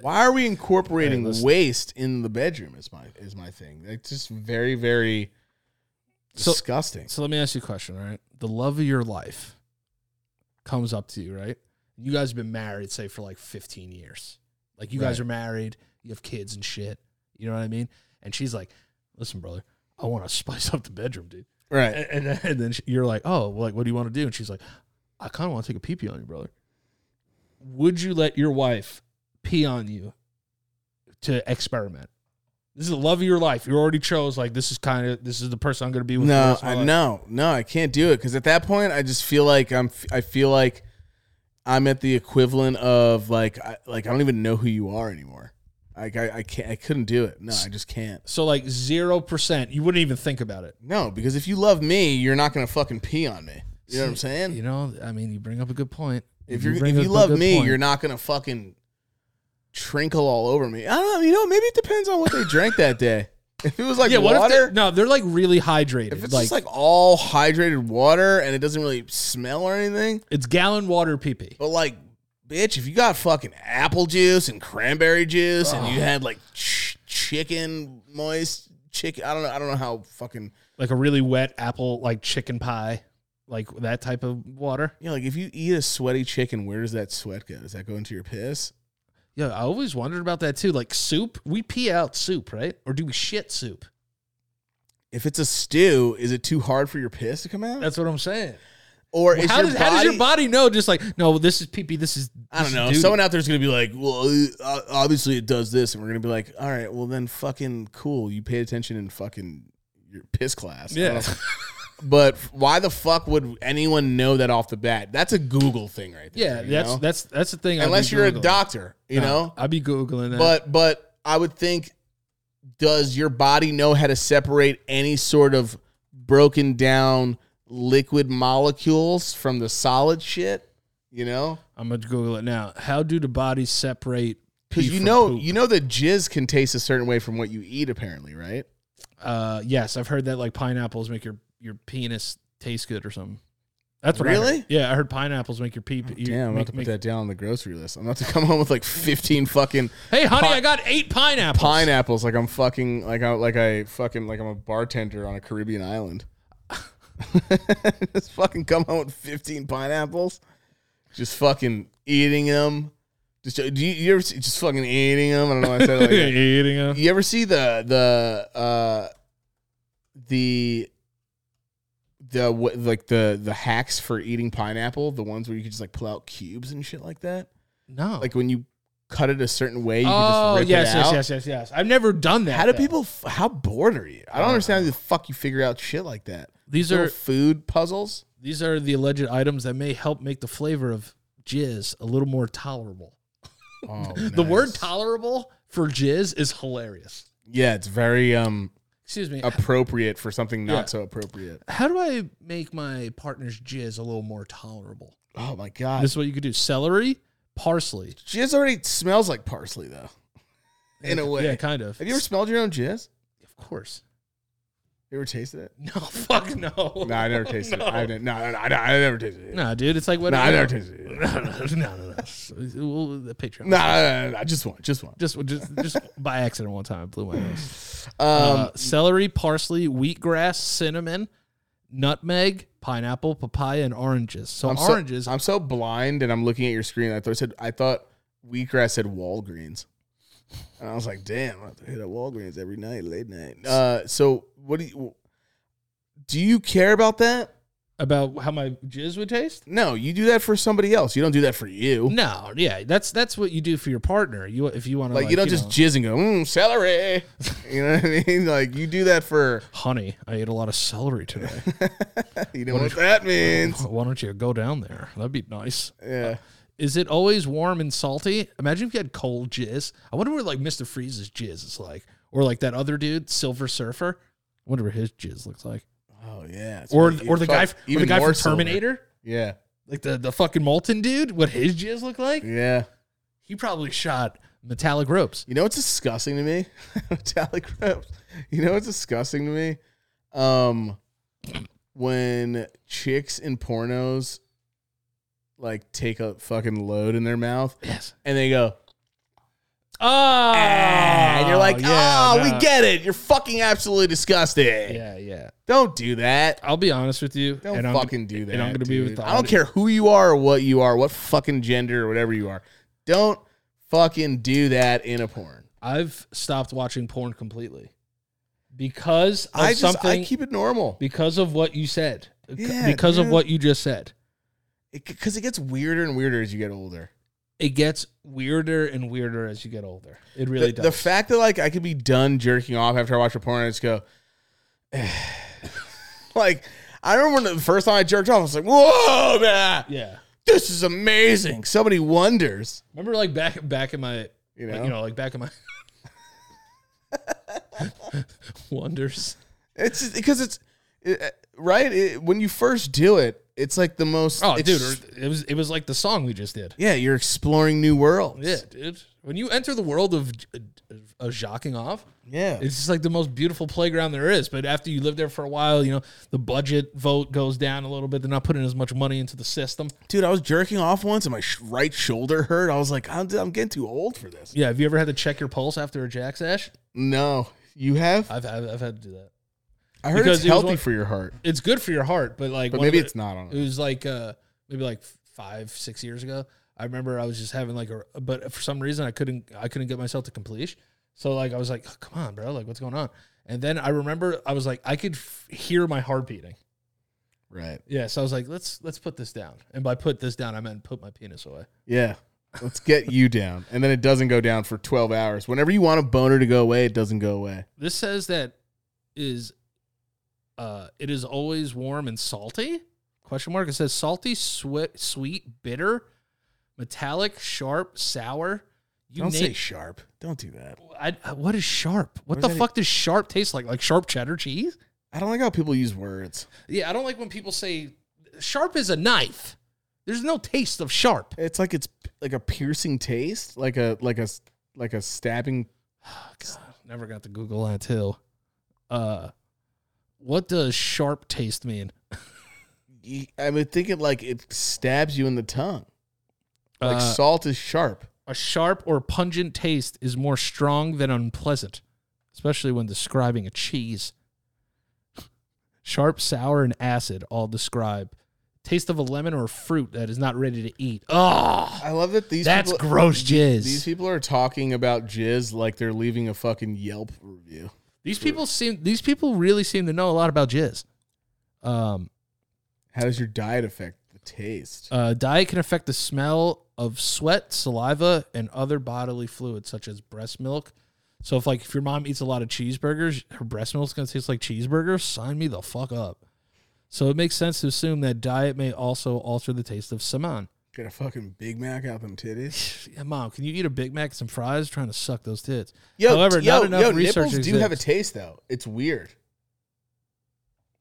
S2: Why are we incorporating
S1: Hey, listen.
S2: waste in the bedroom? Is my is my thing. It's just very very
S1: So-
S2: disgusting.
S1: So let me ask you a question, all right? The love of your life comes up to you, right? You guys have been married, say, for like 15 years. Like, you guys
S2: Right.
S1: are married, you have kids and shit. You know what I mean? And she's like, listen, brother, I want to spice up the bedroom, dude.
S2: right.
S1: And, and, then- and then she- you're like, oh, well, like, what do you want to do? And she's like, I kind of want to take a pee pee on you, brother. Would you let your wife pee on you to experiment? This is the love of your life. You already chose, like, this is kind of, this is the person I'm going to be with. for the
S2: No,
S1: rest of my
S2: I,
S1: life.
S2: no, no, I can't do it because at that point, I just feel like I'm. I feel like I'm at the equivalent of like, I, like I don't even know who you are anymore. Like I, I can't. I couldn't do it. No, I just can't.
S1: So like zero percent, you wouldn't even think about it.
S2: No, because if you love me, you're not gonna fucking pee on me. You know what I'm saying?
S1: You know, I mean, you bring up a good point.
S2: If you're
S1: bring
S2: if
S1: up
S2: you
S1: a
S2: love
S1: good
S2: me,
S1: point.
S2: you're not gonna fucking trinkle all over me. I don't know. You know, maybe it depends on what they drank that day. If it was like
S1: yeah. What if
S2: water,
S1: they're, no? They're like really hydrated.
S2: if it's
S1: like,
S2: just like all hydrated water and it doesn't really smell or anything,
S1: it's gallon water pee pee.
S2: but like, bitch, if you got fucking apple juice and cranberry juice and you had like ch- chicken moist chicken. I don't know. I don't know how fucking
S1: like a really wet apple, like chicken pie, like that type of water.
S2: you know. Like if you eat a sweaty chicken, where does that sweat go? Does that go into your piss?
S1: Yeah, I always wondered about that too. Like soup, we pee out soup, right? Or do we shit soup?
S2: If it's a stew, is it too hard for your piss to come out?
S1: That's what I'm saying.
S2: or is
S1: How
S2: your
S1: does,
S2: body,
S1: how does your body know? Just like no, this is pee pee. This is
S2: I
S1: this
S2: don't
S1: is
S2: know.
S1: duty.
S2: Someone out there's gonna be like, well, uh, obviously it does this, and we're gonna be like, all right, well then, fucking cool. You paid attention in fucking your piss class. I
S1: Yeah.
S2: don't know. but why the fuck would anyone know that off the bat? That's a Google thing, right there.
S1: yeah,
S2: you
S1: that's
S2: know?
S1: that's that's the thing. I'd be
S2: unless you're a
S1: Googling.
S2: doctor, you
S1: No,
S2: know.
S1: I'd be googling that.
S2: But but I would think, does your body know how to separate any sort of broken down liquid molecules from the solid shit? You know.
S1: I'm gonna Google it now. How do the bodies separate? pee
S2: Because you
S1: from
S2: know,
S1: poop?
S2: you know that jizz can taste a certain way from what you eat, apparently, right?
S1: Uh, yes, I've heard that like pineapples make your your penis taste good or something. That's what I
S2: Really? Oh,
S1: heard. yeah, I heard pineapples make your pee. your-
S2: Damn, I'm about
S1: make-
S2: to put
S1: make-
S2: that down on the grocery list. I'm about to come home with like 15 fucking
S1: Hey, honey,
S2: Pi-
S1: I got eight pineapples.
S2: pineapples, like I'm fucking, like I, like I fucking, like I'm a bartender on a Caribbean island. Just fucking come home with 15 pineapples, just fucking eating them. Just do you, you ever see, just fucking eating them? I don't know. Why I said it like that.
S1: eating them.
S2: You ever see the the uh the the what like the the hacks for eating pineapple, the ones where you could just like pull out cubes and shit like that?
S1: No.
S2: Like when you cut it a certain way, you
S1: oh
S2: can just rip
S1: yes,
S2: it out.
S1: yes, yes, yes, yes. I've never done that.
S2: How do
S1: though.
S2: people f- how bored are you? I don't understand how the fuck you figure out shit like that.
S1: These
S2: Little
S1: are
S2: food puzzles?
S1: these are the alleged items that may help make the flavor of jizz a little more tolerable.
S2: Oh,
S1: The word
S2: nice.
S1: tolerable for jizz is hilarious.
S2: Yeah, it's very um
S1: Excuse me.
S2: appropriate for something not
S1: Yeah.
S2: so appropriate.
S1: How do I make my partner's jizz a little more tolerable?
S2: Oh my god.
S1: This is what you could do: celery, parsley.
S2: jizz already smells like parsley though. In a way.
S1: Yeah, kind of.
S2: Have you ever smelled your own jizz?
S1: Of course.
S2: You ever tasted it?
S1: No, fuck no.
S2: No, I never tasted it. I didn't. No, no, no, I I never tasted it. No,
S1: No, dude, it's like what?
S2: I never tasted it. No,
S1: No, no, no, no. no. Well, the picture.
S2: no, no, no, no, just one, just one.
S1: Just, just, just by accident one time, I blew my nose.
S2: Um,
S1: uh, celery, parsley, wheatgrass, cinnamon, nutmeg, pineapple, papaya, and oranges. So
S2: I'm so-
S1: oranges.
S2: I'm so blind, and I'm looking at your screen. I thought it said I thought wheatgrass said Walgreens, and I was like, damn, I have to hit at Walgreens every night, late night. Uh, so what do you do? You care about that?
S1: about how my jizz would taste?
S2: No, you do that for somebody else. You don't do that for you.
S1: No, yeah, that's that's what you do for your partner. You if you want to
S2: like, you don't just jizz and go mm, celery. you know what I mean? Like you do that for.
S1: honey. I ate a lot of celery today.
S2: you know what that means?
S1: Why don't you go down there? That'd be nice.
S2: Yeah.
S1: Is it always warm and salty? Imagine if you had cold jizz. I wonder what like Mister Freeze's jizz is like, or like that other dude, Silver Surfer. I wonder what his jizz looks like,
S2: Oh yeah.
S1: or or the guy, f- or the guy from
S2: silver.
S1: Terminator.
S2: Yeah.
S1: like the, the fucking molten dude, what his jizz looked like,
S2: Yeah.
S1: he probably shot metallic ropes.
S2: You know what's disgusting to me? Metallic reps. You know what's disgusting to me? Um when chicks in pornos like take a fucking load in their mouth
S1: Yes.
S2: and they go, "Ah,"
S1: Oh,
S2: and you're like,
S1: no.
S2: oh, we get it. You're fucking absolutely disgusting.
S1: Yeah, yeah.
S2: Don't do that.
S1: I'll be honest with you.
S2: Don't
S1: and I'm
S2: fucking do that.
S1: and I'm gonna be with
S2: dude.
S1: the
S2: I don't
S1: audi-
S2: care who you are or what you are, what fucking gender or whatever you are. Don't fucking do that in a porn.
S1: Gonna, I've stopped watching porn completely because of
S2: I just
S1: something.
S2: I keep it normal
S1: because of what you said.
S2: Yeah,
S1: because of
S2: dude.
S1: what you just said.
S2: because it, gets weirder and weirder as you get older.
S1: It gets weirder and weirder as you get older. It really
S2: the, the
S1: does.
S2: fact that like I could be done jerking off after I watch a porn, I just go, like I remember when the first time I jerked off, I was like, "Whoa, man,
S1: yeah.
S2: this is amazing." So many wonders,
S1: Remember, like back back in my
S2: you know.
S1: Like, you know, like back in my wonders.
S2: It's just- because it's it, right It- when you first do it, it's like the most.
S1: Oh,
S2: it's-
S1: dude, or it was it was like the song we just did.
S2: yeah, you're exploring new worlds.
S1: Yeah, dude. When you enter the world of uh, of- of jocking off,
S2: yeah.
S1: it's just like the most beautiful playground there is. But after you live there for a while, you know the budget vote goes down a little bit. They're not putting as much money into the system.
S2: dude, I was jerking off once, and my sh- right shoulder hurt. I was like, I'm, I'm getting too old for this.
S1: Yeah, have you ever had to check your pulse after a jack sash?
S2: No, You have?
S1: I've, I've, I've had to do that.
S2: I heard
S1: because
S2: it's
S1: it was
S2: healthy
S1: one-
S2: for your heart,
S1: It's good for your heart, but like,
S2: but
S1: one of
S2: maybe
S1: the-
S2: it's not on.
S1: It was like uh, maybe like five, six years ago. I remember I was just having like a, but for some reason I couldn't, I couldn't get myself to completion. So like I was like, "Oh, come on, bro, like what's going on? And then I remember I was like, I could f- hear my heart beating.
S2: Right.
S1: Yeah, so I was like, let's let's put this down. And by put this down, I meant put my penis away.
S2: Yeah. Let's get you down. And then it doesn't go down for 12 hours. Whenever you want a boner to go away, it doesn't go away.
S1: This says that is uh it is always warm and salty? Question mark. It says salty, sweet, sweet, bitter, metallic, sharp, sour. You
S2: Don't say
S1: name-
S2: sharp. Don't do that.
S1: I, I- what is sharp? What,
S2: What
S1: the
S2: is that?
S1: fuck does sharp taste like? Like sharp cheddar cheese?
S2: I don't like how people use words.
S1: Yeah, I don't like when people say sharp is a knife. There's no taste of sharp.
S2: It's like it's like a piercing taste, like a like a like a stabbing.
S1: Oh, God, never got to Google that too. Uh, what does sharp taste mean?
S2: I'm thinking like it stabs you in the tongue. Like
S1: Uh,
S2: salt is sharp.
S1: a sharp or pungent taste is more strong than unpleasant, especially when describing a cheese. Sharp, sour, and acid all describe taste of a lemon or fruit that is not ready to eat. Oh,
S2: I love that these
S1: that's
S2: people,
S1: gross jizz.
S2: these
S1: These,
S2: people are talking about jizz like they're leaving a fucking Yelp review.
S1: people seem these people really seem to know a lot about jizz. Um,
S2: How does your diet affect the taste?
S1: uh, diet can affect the smell of sweat, saliva, and other bodily fluids such as breast milk. So if like if your mom eats a lot of cheeseburgers, her breast milk's gonna taste like cheeseburgers. Sign me the fuck up. So it makes sense to assume that diet may also alter the taste of saman.
S2: Get a fucking Big Mac out them titties.
S1: Yeah, mom, can you eat a Big Mac and some fries? Trying to suck those tits.
S2: Yo,
S1: However,
S2: yo,
S1: not enough
S2: yo,
S1: research
S2: nipples do have a
S1: exists.
S2: taste though. It's weird.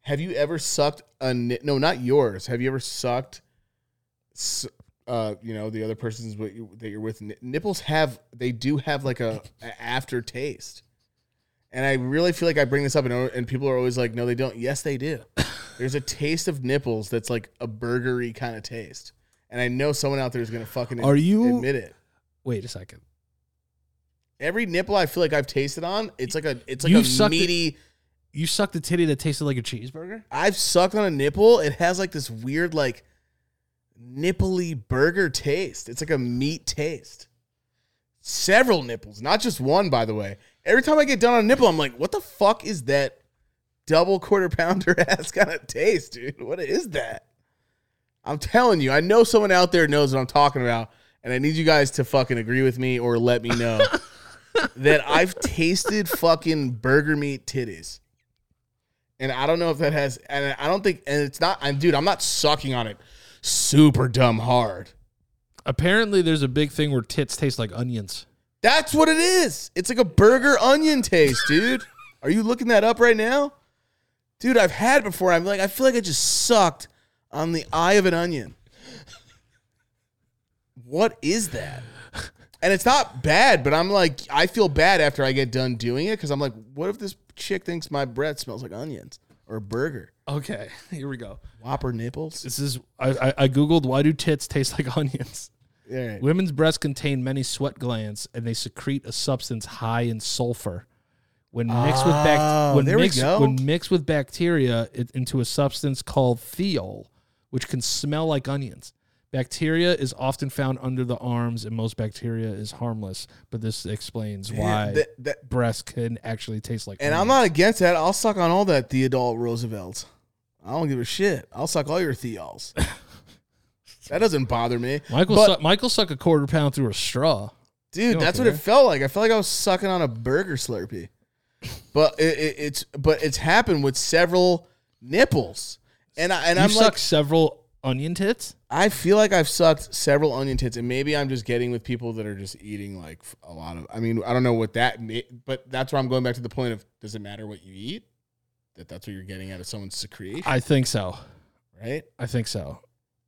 S2: Have you ever sucked a ni- no, not yours. Have you ever sucked s- uh, you know, the other person's what you, that you're with Ni- nipples have they do have like a, a aftertaste. And I really feel like I bring this up and, and people are always like, "No, they don't." Yes, they do. There's a taste of nipples that's like a burgery kind of taste. And I know someone out there is going to fucking
S1: Are you-
S2: admit it.
S1: Wait a second.
S2: Every nipple I feel like I've tasted on, it's like a it's like
S1: You've
S2: a
S1: sucked it-
S2: meaty.
S1: You sucked a titty that tasted like a cheeseburger?
S2: I've sucked on a nipple. It has like this weird like nipply burger taste. It's like a meat taste. Several nipples, not just one, by the way. Every time I get done on a nipple, I'm like, what the fuck is that double quarter pounder ass kind of taste, dude? What is that? I'm telling you, I know someone out there knows what I'm talking about, and I need you guys to fucking agree with me or let me know that I've tasted fucking burger meat titties. And I don't know if that has, and I don't think, and it's not, I'm, dude, I'm not sucking on it super dumb hard.
S1: Apparently, there's a big thing where tits taste like onions.
S2: That's what it is. It's like a burger onion taste, dude. Are you looking that up right now? Dude, I've had it before. I'm like, I feel like I just sucked on the eye of an onion. What is that? And it's not bad, but I'm like, I feel bad after I get done doing it because I'm like, what if this chick thinks my breath smells like onions or a burger?
S1: Okay, here we go.
S2: Whopper nipples?
S1: This is I, I, I googled why do tits taste like onions.
S2: All right.
S1: Women's breasts contain many sweat glands, and they secrete a substance high in sulfur. When mixed with bac-
S2: Oh,
S1: when,
S2: there we
S1: mixed,
S2: go.
S1: when mixed with bacteria it, into a substance called thiol, which can smell like onions. Bacteria is often found under the arms, and most bacteria is harmless. But this explains why Hmm.
S2: That, that,
S1: breasts can actually taste like.
S2: And
S1: onions.
S2: I'm not against that. I'll suck on all that Theodore Roosevelt's. I don't give a shit. I'll suck all your Theols. that doesn't bother me.
S1: Michael.
S2: But-
S1: suck, Michael suck a quarter pound through a straw.
S2: Dude,
S1: don't
S2: that's what
S1: care.
S2: it felt like. I felt like I was sucking on a burger Slurpee. But it, it, it's but it's happened with several nipples. And I and
S1: you
S2: I'm
S1: suck
S2: like
S1: several onion tits.
S2: I feel like I've sucked several onion tits and maybe I'm just getting with people that are just eating like a lot of I mean, I don't know what that ma- but that's where I'm going back to the point of does it matter what you eat? That that's what you're getting out of someone's secretion,
S1: I think so.
S2: right?
S1: I think so.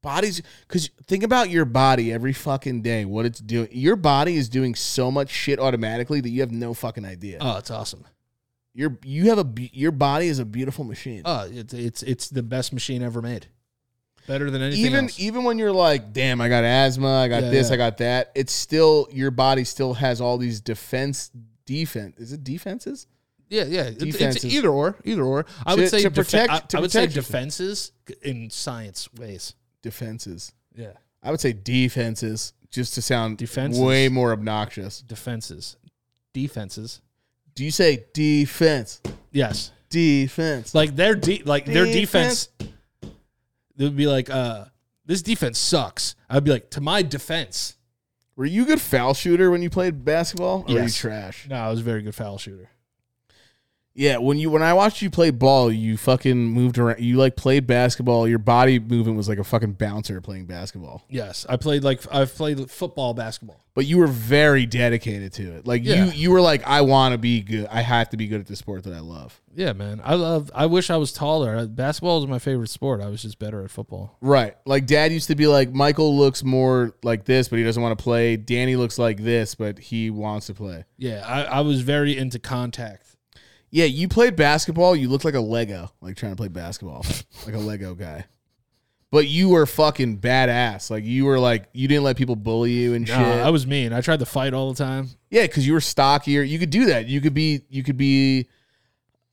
S2: bodies because think about your body every fucking day what it's doing your body is doing so much shit automatically that you have no fucking idea
S1: Oh, it's awesome.
S2: your you have a be- your body is a beautiful machine
S1: Oh, it's it's it's the best machine ever made. Better than anything
S2: even
S1: else.
S2: even when you're like damn i got asthma i got
S1: Yeah,
S2: this
S1: yeah.
S2: i got that it's still your body still has all these defense defense is it defenses
S1: Yeah, yeah. It's- It's,
S2: Defenses.
S1: either or, either or. I
S2: To-
S1: would say
S2: to
S1: defe-
S2: protect-
S1: I,
S2: to
S1: I would say
S2: protect yourself.
S1: defenses in science ways.
S2: Defenses.
S1: Yeah,
S2: I would say defenses, just to sound
S1: Defenses.
S2: way more obnoxious.
S1: defenses, defenses.
S2: Do you say defense?
S1: Yes,
S2: Defense.
S1: like their de- like their defense. It would be like, uh, this defense sucks. I'd be like, to my defense.
S2: Were you a good foul shooter when you played basketball? Or were you
S1: Yes.
S2: trash?
S1: No, I was a very good foul shooter.
S2: Yeah, when you when I watched you play ball, you fucking moved around. You like played basketball. Your body movement was like a fucking bouncer playing basketball.
S1: Yes, I played like I've played football, basketball.
S2: But you were very dedicated to it. Like
S1: Yeah.
S2: you you were like I want to be good. I have to be good at the sport that I love.
S1: Yeah, man. I love. I wish I was taller. Basketball is my favorite sport. I was just better at football.
S2: Right. Like dad used to be like Michael looks more like this, but he doesn't want to play. Danny looks like this, but he wants to play.
S1: Yeah, I, I was very into contact.
S2: Yeah, you played basketball. You looked like a Lego, like trying to play basketball, like a Lego guy. But you were fucking badass. Like you were like you didn't let people bully you and shit.
S1: Nah, I was mean. I tried to fight all the time.
S2: yeah, because you were stockier. You could do that. You could be. You could be.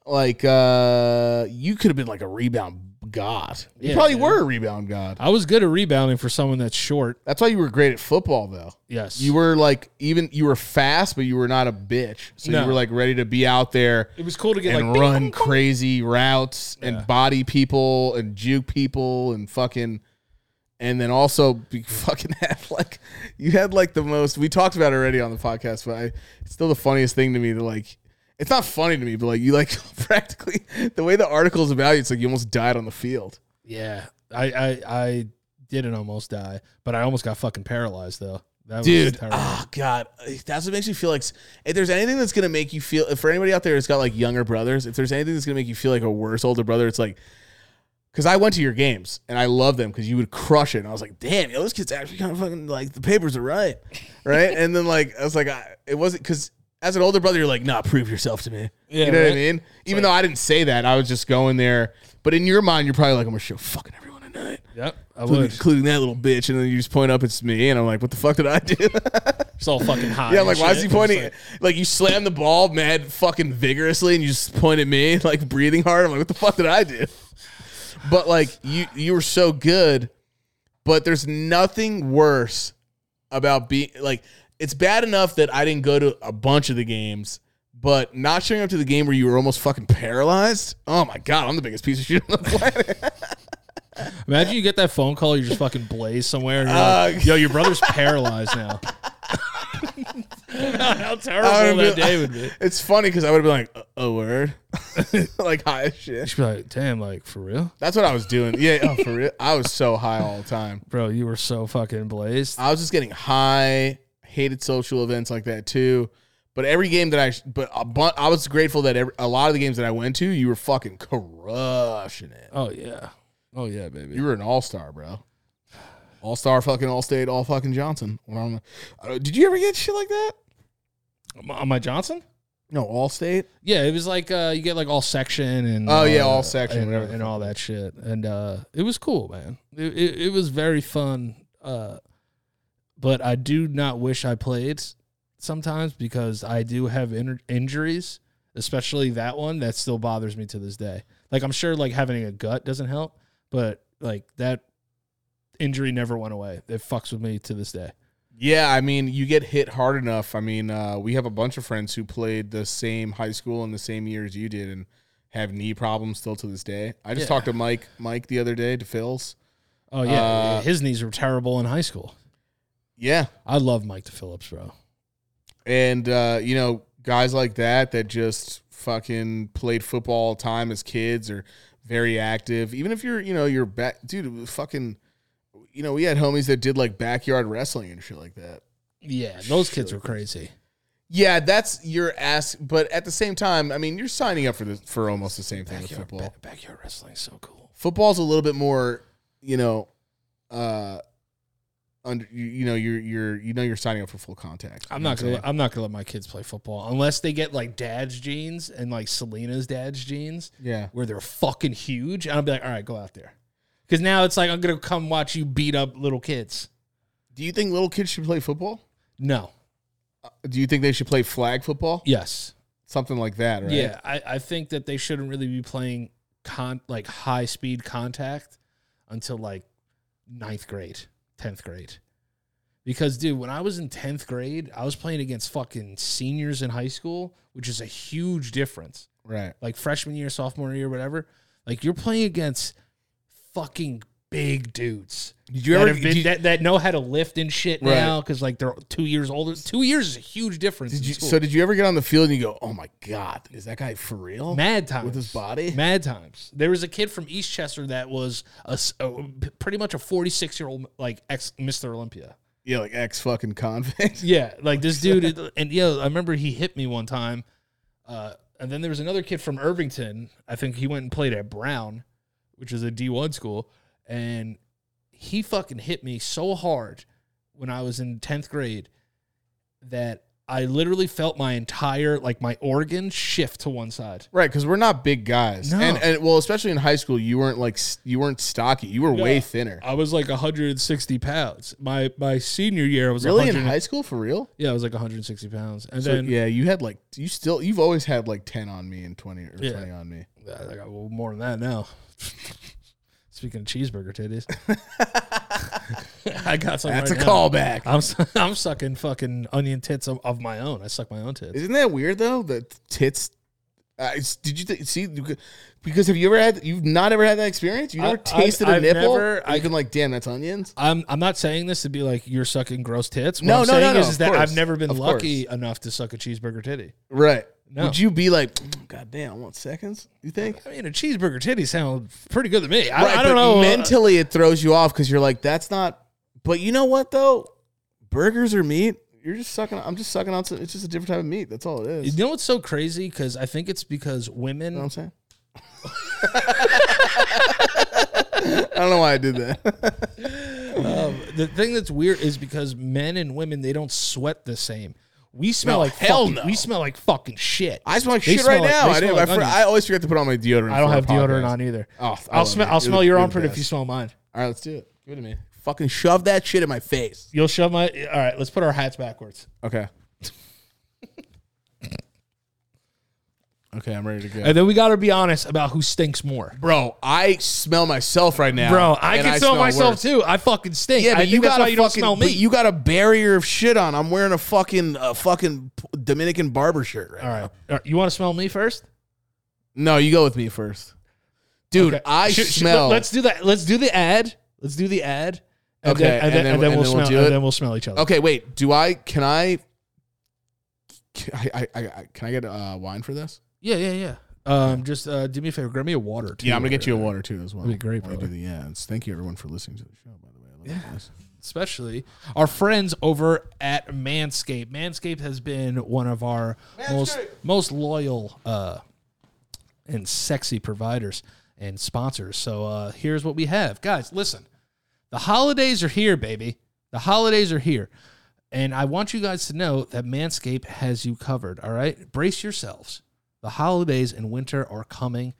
S2: Like uh you could have been like a rebound god. You
S1: Yeah,
S2: probably
S1: dude.
S2: were a rebound god.
S1: I was good at rebounding for someone that's short.
S2: That's why you were great at football though.
S1: Yes.
S2: You were like even you were fast, but you were not a bitch. So you
S1: No.
S2: were like ready to be out there
S1: It was cool to get
S2: and
S1: like
S2: run crazy routes
S1: Yeah.
S2: and body people and juke people and fucking and then also be fucking have like you had like the most we talked about it already on the podcast, but I, it's still the funniest thing to me to like it's not funny to me, but like you like practically the way the article's about you, it's like you almost died on the field.
S1: Yeah. I, I I didn't almost die, but I almost got fucking paralyzed though. That was
S2: dude
S1: terrible.
S2: oh god that's what makes me feel like if there's anything that's gonna make you feel if for anybody out there that's got like younger brothers if there's anything that's gonna make you feel like a worse older brother it's like because i went to your games and i love them because you would crush it and i was like damn yo this kid's actually kind of fucking like the papers are right right and then like i was like I, it wasn't because as an older brother you're like nah prove yourself to me
S1: Yeah,
S2: you know what i
S1: right.
S2: mean even though i didn't say that i was just going there but in your mind you're probably like i'm gonna show fucking everyone tonight
S1: Yep. I
S2: including,
S1: would.
S2: including that little bitch and then you just point up it's me and i'm like what the fuck did i do
S1: It's all fucking hot.
S2: yeah, I'm
S1: and
S2: like, why is he
S1: shit.
S2: pointing?
S1: It's
S2: Like,
S1: like-
S2: you slam the ball mad fucking vigorously and you just point at me, like breathing hard. I'm like, what the fuck did I do? But like you you were so good, but there's nothing worse about being like it's bad enough that I didn't go to a bunch of the games, but not showing up to the game where you were almost fucking paralyzed. Oh my god, I'm the biggest piece of shit on the planet.
S1: Imagine you get that phone call, you just fucking blaze somewhere and you're
S2: Uh,
S1: like, yo, your brother's paralyzed now. How
S2: I
S1: terrible that
S2: would've been-
S1: day would be.
S2: It's funny because I would have been like, a a word, like high as shit.
S1: She'd be like, damn, like for real?
S2: That's what I was doing. Yeah, oh, for real. I was so high all the time.
S1: Bro, you were so fucking blazed.
S2: I was just getting high. Hated social events like that too. But every game that I, but a bu- I was grateful that every, a lot of the games that I went to, you were fucking crushing it.
S1: Oh yeah. Oh yeah, baby.
S2: You were an all star, bro. All star, fucking all state, all fucking Johnson. When I'm- I don't- did you ever get shit like that?
S1: Am I Johnson?
S2: No, all state.
S1: Yeah, it was like uh, you get like all section and
S2: Oh, yeah,
S1: uh,
S2: all section,
S1: and,
S2: whatever the
S1: and
S2: fuck
S1: all
S2: it
S1: that shit, and uh, it was cool, man. It, it, it was very fun, uh, but I do not wish I played sometimes because I do have in- injuries, especially that one that still bothers me to this day. Like I'm sure like having a gut doesn't help, but like that injury never went away. It fucks with me to this day.
S2: Yeah, I mean, you get hit hard enough. I mean, uh, we have a bunch of friends who played the same high school in the same year as you did and have knee problems still to this day. I just
S1: Yeah.
S2: talked to Mike, Mike the other day, to Phil's.
S1: Oh yeah,
S2: Uh,
S1: his knees were terrible in high school.
S2: Yeah,
S1: I love Mike DePhillips, bro.
S2: and uh, you know, guys like that that just fucking played football all the time as kids or very active. Even if you're, you know, you're back, dude, fucking, you know, we had homies that did like backyard wrestling and shit like that.
S1: Yeah, those kids were crazy.
S2: Yeah, that's your ass. But at the same time, I mean, you're signing up for this for almost the same thing with
S1: Backyard,
S2: football.
S1: ba- backyard wrestling's so cool.
S2: Football's a little bit more, you know, uh, under you, you know you're you're you know you're signing up for full contact.
S1: I'm
S2: You know
S1: not
S2: what
S1: gonna. I'm not gonna let my kids play football unless they get like dad's jeans and like Selena's dad's jeans,
S2: saying? yeah.
S1: where they're fucking huge. And I'll be like, all right, go out there, because now it's like I'm gonna come watch you beat up little kids.
S2: Do you think little kids should play football?
S1: No.
S2: Do you think they should play flag football?
S1: Yes.
S2: something like that, right?
S4: Yeah.
S1: I, I think that they shouldn't really be playing con like high speed contact until like ninth grade, tenth grade. Because dude, when I was in tenth grade, I was playing against fucking seniors in high school, which is a huge difference.
S2: Right.
S1: Like freshman year, sophomore year, whatever. Like you're playing against fucking big dudes
S2: Did you
S1: that,
S2: ever
S1: have been,
S2: did you,
S1: that, that know how to lift and shit
S2: Right.
S1: now because like they're two years older. Two years is a huge difference.
S2: did
S1: in
S2: you
S1: school.
S2: so did you ever get on the field and you go, "Oh my god, is that guy for real?"
S1: mad times
S2: with his body?
S1: Mad times. There was a kid from Eastchester that was a, s- a- p- pretty much a 46 year old like ex Mr. Olympia.
S2: Yeah, like ex fucking convict.
S1: Yeah, like this dude. And yeah, I remember he hit me one time. Uh, and then there was another kid from Irvington. I think he went and played at Brown, which is a D1 school. And he fucking hit me so hard when I was in 10th grade that I literally felt my entire, like my organ shift to one side.
S2: Right, because we're not big guys,
S1: No.
S2: and, and well, especially in high school, you weren't like s- you weren't stocky. You were way
S1: Yeah.
S2: thinner.
S1: I was like 160 pounds. My my senior year, I was
S2: Really, in
S1: 100
S2: high school, for real?
S1: yeah, I was like 160 pounds, and
S2: So,
S1: then yeah,
S2: yeah, you had like you still you've always had like ten on me and twenty or
S1: Yeah.
S2: twenty on me.
S1: I got more than that now. Speaking of cheeseburger titties, I got some.
S2: That's
S1: right
S2: a
S1: now. Uh,
S2: callback.
S1: I'm su- I'm sucking fucking onion tits of, of my own. I suck my own tits.
S2: Isn't that weird though? That tits. Uh, it's- did you th- see? you could- Because have you ever had? You've not ever had that experience. You
S1: I-
S2: never tasted a
S1: I've- I've
S2: nipple.
S1: never-
S2: and
S1: I-
S2: you've been like, damn, that's onions.
S1: I'm I'm not saying this to be like you're sucking gross tits. What
S2: No,
S1: I'm
S2: no, no,
S1: saying
S2: no,
S1: is, is
S2: of
S1: that
S2: course.
S1: I've never been
S2: Of
S1: lucky enough to suck a cheeseburger titty.
S2: Right.
S1: No.
S2: Would you be like, God damn, I want seconds? You think?
S1: I mean, a cheeseburger titty sounds pretty good to me. I,
S2: Right,
S1: I don't
S2: but
S1: know. uh,
S2: Mentally, it throws you off because you're like, that's not. But you know what though? Burgers or meat. You're just sucking. I'm just sucking on. Some, it's just a different type of meat. That's all it is.
S1: You know what's so crazy? Because I think it's because
S2: You know
S1: women.
S2: what I'm saying? I don't know why I did that.
S1: Um, the thing that's weird is because men and women they don't sweat the same. We smell
S2: No,
S1: like
S2: hell
S1: fucking,
S2: no.
S1: We smell like fucking shit.
S2: I smell like
S1: They
S2: shit
S1: smell
S2: right
S1: like-
S2: now.
S1: they
S2: I, didn't,
S1: smell like
S2: I, for-
S1: onions.
S2: I always forget to put on my deodorant.
S1: I don't
S2: for
S1: have
S2: a podcast.
S1: deodorant on either.
S2: Oh, I
S1: I'll
S2: love
S1: smell.
S2: it.
S1: I'll smell
S2: You're
S1: your
S2: the- you're the
S1: armpit if you
S2: best.
S1: smell mine.
S2: All right, let's do it. Give it to me. Fucking shove that shit in my face.
S1: You'll shove my. All right, let's put our hats backwards.
S2: Okay. okay, I'm ready to go.
S1: And then we got to be honest about who stinks more.
S2: bro, I smell myself right now.
S1: Bro, I
S2: and
S1: can smell myself
S2: worse.
S1: too. I fucking stink.
S2: Yeah,
S1: I
S2: but
S1: think
S2: you
S1: that's
S2: got
S1: why
S2: a
S1: you
S2: fucking,
S1: don't smell me.
S2: but you got a barrier of shit on. I'm wearing a fucking a fucking Dominican barber shirt right
S1: all right. All right, you want to smell me first?
S2: No, you go with me first. Dude,
S1: Okay.
S2: I
S1: Sh- sh-
S2: smell.
S1: let's do that. Let's do the ad. Let's do the ad. And
S2: Okay,
S1: Then, and, then, and then we'll smell.
S2: do it?
S1: and then we'll smell each other.
S2: okay, wait. Do I? Can I? Can I, I, I can I get uh, wine for this?
S1: Yeah, yeah, yeah. Um, just uh, do me a favor. Grab me a water. Too
S2: Yeah, I'm gonna get you a water too as well.
S1: That'd be great,
S2: While I
S1: brother.
S2: do the ads. Thank you everyone for listening to the show. By the way, I love you guys.
S1: Especially our friends over at Manscaped. Manscaped has been one of our most most loyal uh, and sexy providers and sponsors. So uh, here's what we have, guys. Listen, the holidays are here, baby. The holidays are here. And I want you guys to know that Manscaped has you covered. All right, brace yourselves. The holidays and winter are coming.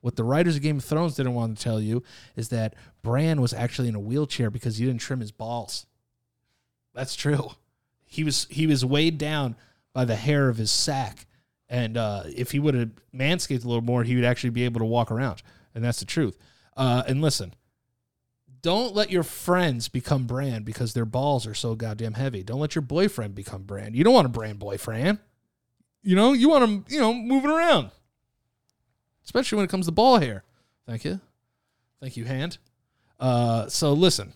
S1: What the writers of Game of Thrones didn't want to tell you is that Bran was actually in a wheelchair because he didn't trim his balls. That's true. He was he was weighed down by the hair of his sack, and uh, if he would have manscaped a little more, he would actually be able to walk around. And that's the truth. Uh, and listen, don't let your friends become Bran because their balls are so goddamn heavy. Don't let your boyfriend become Bran. You don't want a Bran boyfriend. You know you want him. You know moving around especially when it comes to ball hair. Thank you. Thank you, hand. Uh, so listen,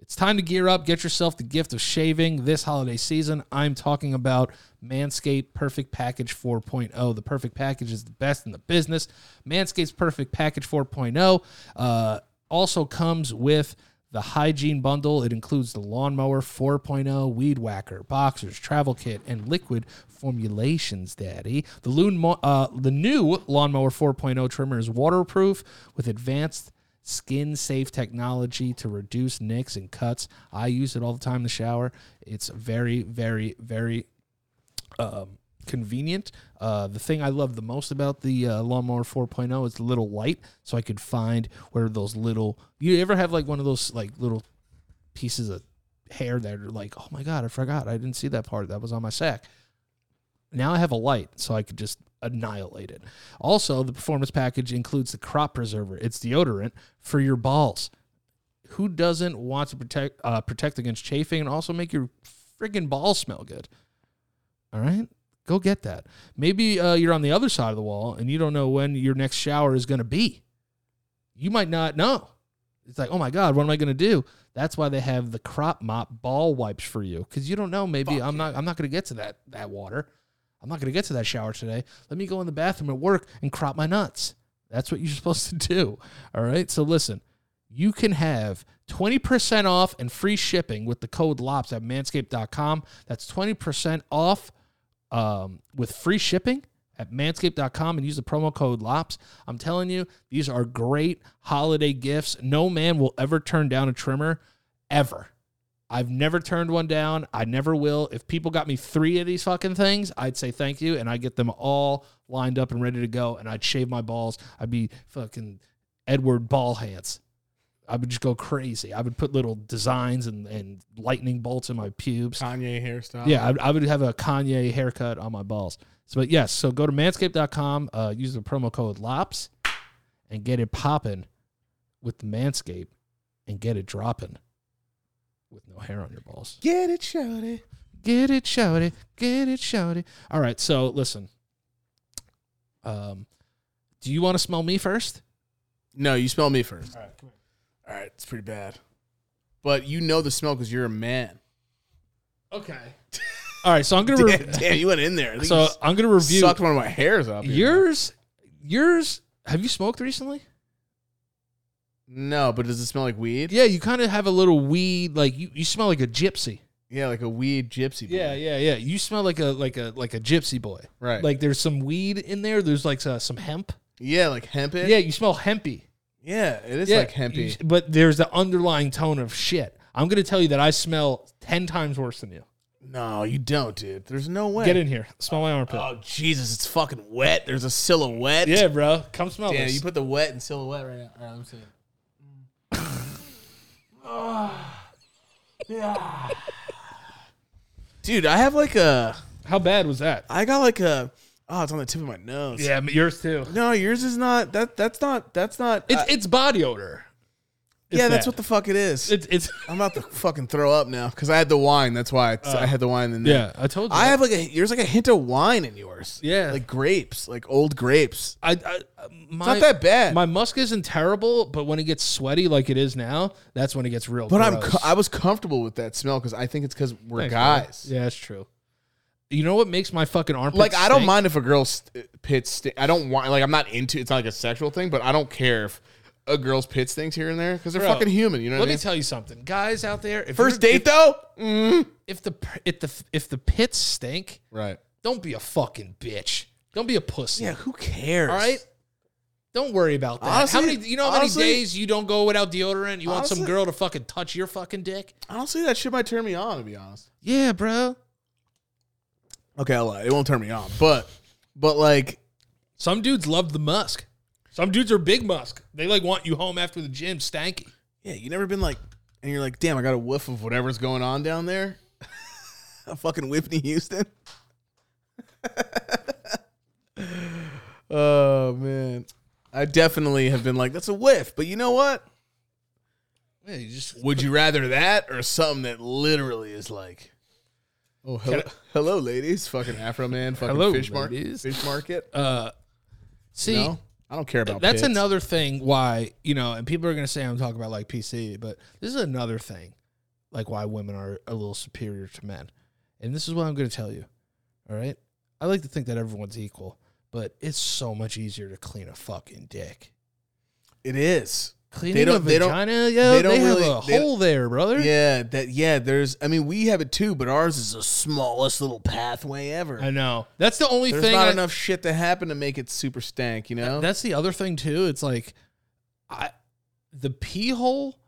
S1: it's time to gear up. Get yourself the gift of shaving this holiday season. I'm talking about Manscaped Perfect Package 4.0. The perfect package is the best in the business. Manscaped's Perfect Package 4.0 uh, also comes with the hygiene bundle. It includes the lawnmower 4.0, weed whacker, boxers, travel kit, and liquid formulations, daddy. The, loon mo- uh, the new lawnmower 4.0 trimmer is waterproof with advanced skin safe technology to reduce nicks and cuts. I use it all the time in the shower. It's very, very, very um, convenient. Uh, the thing I love the most about the uh, lawnmower 4.0 is the little light, so I could find where those little. You ever have like one of those like little pieces of hair that are like, oh my god, I forgot, I didn't see that part that was on my sack. Now I have a light, so I could just annihilate it. Also, the performance package includes the crop preserver. It's deodorant for your balls. Who doesn't want to protect uh, protect against chafing and also make your friggin' balls smell good? All right, go get that. Maybe uh, you're on the other side of the wall and you don't know when your next shower is going to be. You might not know. It's like, oh my god, what am I going to do? That's why they have the crop mop ball wipes for you because you don't know. Maybe I'm not. I'm not going to get to that that water. I'm not going to get to that shower today. Let me go in the bathroom at work and crop my nuts. That's what you're supposed to do. All right. So listen, you can have 20% off and free shipping with the code LOPS at manscaped.com. That's 20% off um, with free shipping at manscaped.com and use the promo code LOPS. I'm telling you, these are great holiday gifts. No man will ever turn down a trimmer, ever. I've never turned one down. I never will. If people got me three of these fucking things, I'd say thank you and I get them all lined up and ready to go and I'd shave my balls. I'd be fucking Edward Ball Hands. I would just go crazy. I would put little designs and, and lightning bolts in my pubes.
S2: Kanye hairstyle.
S1: Yeah, I, I would have a Kanye haircut on my balls. So, but yes, so go to manscaped.com, uh, use the promo code LOPS, and get it popping with the Manscaped and get it dropping with no hair on your balls.
S2: Get it, shorty.
S1: Get it, shouty. Get it, shouty. All right, so listen. Um, do you want to smell me first?
S2: No, you smell me first. All right, All right, it's pretty bad. But you know the smell because you're a man.
S1: Okay. All right, so I'm gonna
S2: Damn,
S1: re-
S2: damn, you went in there. I think
S1: so I'm gonna
S2: you
S1: review
S2: sucked one of my hairs up. you know?
S1: yours. Yours. Have you smoked recently?
S2: No, but does it smell like weed?
S1: Yeah, you kind of have a little weed. Like you, you smell like a gypsy.
S2: Yeah, like a weed gypsy. boy.
S1: Yeah, yeah, yeah. You smell like a like a like a gypsy boy.
S2: Right.
S1: Like there's some weed in there. There's like uh, some hemp.
S2: yeah, like hempy.
S1: Yeah, you smell hempy.
S2: yeah, it is
S1: Yeah,
S2: like hempy.
S1: you- but there's the underlying tone of shit. I'm gonna tell you that I smell ten times worse than you.
S2: no, you don't, dude. There's no way.
S1: Get in here, smell my armpit.
S2: Oh Jesus, it's fucking wet. There's a silhouette.
S1: yeah, bro, come smell
S2: Damn,
S1: this.
S2: you put the wet and silhouette right now. All right, let me see.
S1: Mm.
S2: Dude, I have like a.
S1: How bad was that?
S2: I got like a. Oh, it's on the tip of my nose.
S1: Yeah, yours too.
S2: No, yours is not. That that's not. That's not.
S1: It's
S2: I-
S1: it's body odor. It's
S2: yeah, that's
S1: that.
S2: what the fuck it is.
S1: It's it's
S2: I'm about to fucking throw up now because I had the wine. That's why it's, I had the wine. In there.
S1: Uh, yeah. I told you.
S2: I
S1: that.
S2: have like a yours like a hint of wine in yours.
S1: Yeah.
S2: like grapes, like old grapes.
S1: I, I my,
S2: It's not that bad.
S1: My musk isn't terrible, but when it gets sweaty like it is now, that's when it gets real.
S2: but I'm
S1: gross.
S2: co- I was comfortable with that smell because I think it's because we're
S1: Thanks, brother.
S2: guys.
S1: Yeah, that's true. You know what makes my fucking armpit
S2: Like I don't
S1: stink?
S2: mind if a girl st- pit st- I don't want like I'm not into it's not like a sexual thing, but I don't care if a girl's pit stinks here and there because they're
S1: Bro,
S2: fucking human. You know what
S1: Let
S2: I
S1: me
S2: mean?
S1: tell you something, guys out there. If
S2: First
S1: you're-
S2: date though, mm.
S1: if the if the if the pits stink,
S2: right?
S1: don't be a fucking bitch. Don't be a pussy.
S2: Yeah, who cares?
S1: All right. Don't worry about that.
S2: Honestly-
S1: how many you know how
S2: honestly-
S1: many days you don't go without deodorant? You want some
S2: Honestly-
S1: girl to fucking touch your fucking dick?
S2: Honestly, that shit might turn me on to be honest.
S1: Yeah, bro.
S2: Okay, I lied. It won't turn me on, but but like
S1: Some dudes love the musk. Some dudes are big musk. They like want you home after the gym stanky.
S2: Yeah, you never been like, and you're like, damn, I got a whiff of whatever's going on down there. a fucking Whitney Houston. oh man, I definitely have been like, that's a whiff. But you know what?
S1: Yeah, you just
S2: Would you rather that or something that literally is like, oh hello, hello ladies, fucking Afro man, fucking
S1: Hello,
S2: fish market,
S1: ladies.
S2: fish market.
S1: uh see
S2: no, I don't care about
S1: That's
S2: pits.
S1: another thing why, you know, and people are going to say I'm talking about like PC, but this is another thing like why women are a little superior to men. And this is what I'm going to tell you. All right? I like to think that everyone's equal, but it's so much easier to clean a fucking dick.
S2: It is.
S1: Cleaning
S2: don't-
S1: a
S2: they don't-
S1: vagina, yo,
S2: they
S1: they,
S2: don't
S1: have
S2: really-
S1: a
S2: they-
S1: hole there, brother.
S2: Yeah, that yeah, there's I mean we have it too, but ours is the smallest little pathway ever.
S1: I know. That's the only
S2: There's
S1: thing
S2: not
S1: I-
S2: enough shit to happen to make it super stank, you know?
S1: That's the other thing too. It's like I the pee hole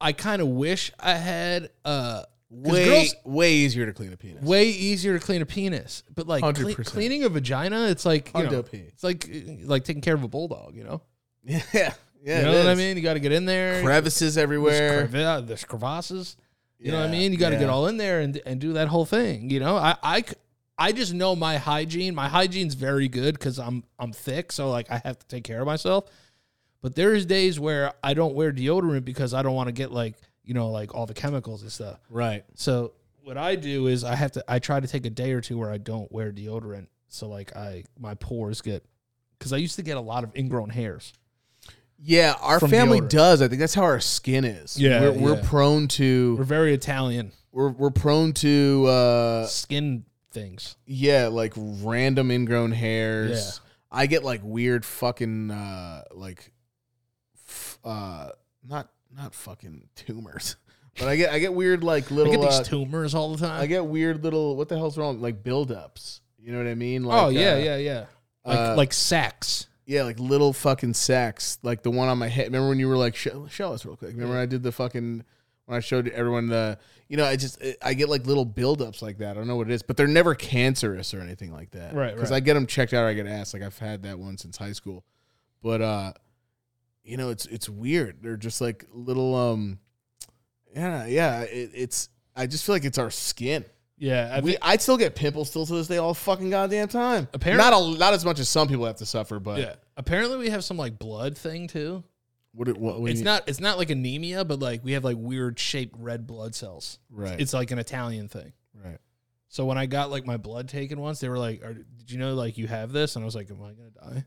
S1: I kind of wish I had uh 'cause
S2: way
S1: girls-
S2: way easier to clean a penis.
S1: way easier to clean a penis. But like cle-
S2: 100%.
S1: cleaning a vagina, it's like you
S2: Hard
S1: know,
S2: to pee.
S1: it's like like taking care of a bulldog. You know,
S2: yeah. Yeah.
S1: you know
S2: it
S1: what I
S2: is.
S1: mean. You got to get in there.
S2: Crevices everywhere.
S1: There's, creva- there's crevasses. You know what I
S2: Yeah,
S1: mean. You got to
S2: yeah.
S1: get all in there and and do that whole thing. You know, I I c- I just know my hygiene. My hygiene's very good because I'm I'm thick, so like I have to take care of myself. But there is days where I don't wear deodorant because I don't want to get like you know like all the chemicals and stuff.
S2: Right.
S1: So what I do is I have to I try to take a day or two where I don't wear deodorant. So like I my pores get because I used to get a lot of ingrown hairs.
S2: Yeah, our
S1: From
S2: family
S1: deodorant.
S2: does. I think that's how our skin is.
S1: Yeah,
S2: we're, we're
S1: yeah.
S2: prone to
S1: We're very Italian
S2: we're, we're prone to uh
S1: skin things.
S2: yeah like random ingrown hairs. I get like weird fucking uh like f- uh not not fucking tumors, but I get I get weird like
S1: I
S2: little
S1: get
S2: uh,
S1: these tumors all the time.
S2: I get weird little what the hell's wrong like buildups. You know what I mean? Like,
S1: oh yeah,
S2: uh,
S1: yeah, yeah. Like
S2: uh,
S1: like sacks.
S2: Yeah, like little fucking sacks, like the one on my head. Remember when you were like, show, show us real quick. Remember when I did the fucking when I showed everyone the, you know, I just eh, I get like little buildups like that. I don't know what it is, but they're never cancerous or anything like that.
S1: Right,
S2: Because
S1: right.
S2: I get them checked out. Or I get asked. Like I've had that one since high school, but uh, you know, it's it's weird. They're just like little um, yeah, yeah. It, it's I just feel like it's our skin.
S1: Yeah, I
S2: I we I still get pimples still to this day all fucking goddamn time.
S1: Apparently-
S2: not a not as much as some people have to suffer, but
S1: yeah. Apparently, we have some like blood thing too.
S2: What, it- what, what do
S1: it's
S2: you-
S1: not it's not like anemia, but like we have like weird shaped red blood cells.
S2: right.
S1: It's like an Italian thing.
S2: right.
S1: So when I got like my blood taken once, they were like, Are, "Did you know like you have this?" And I was like, "Am I gonna die?"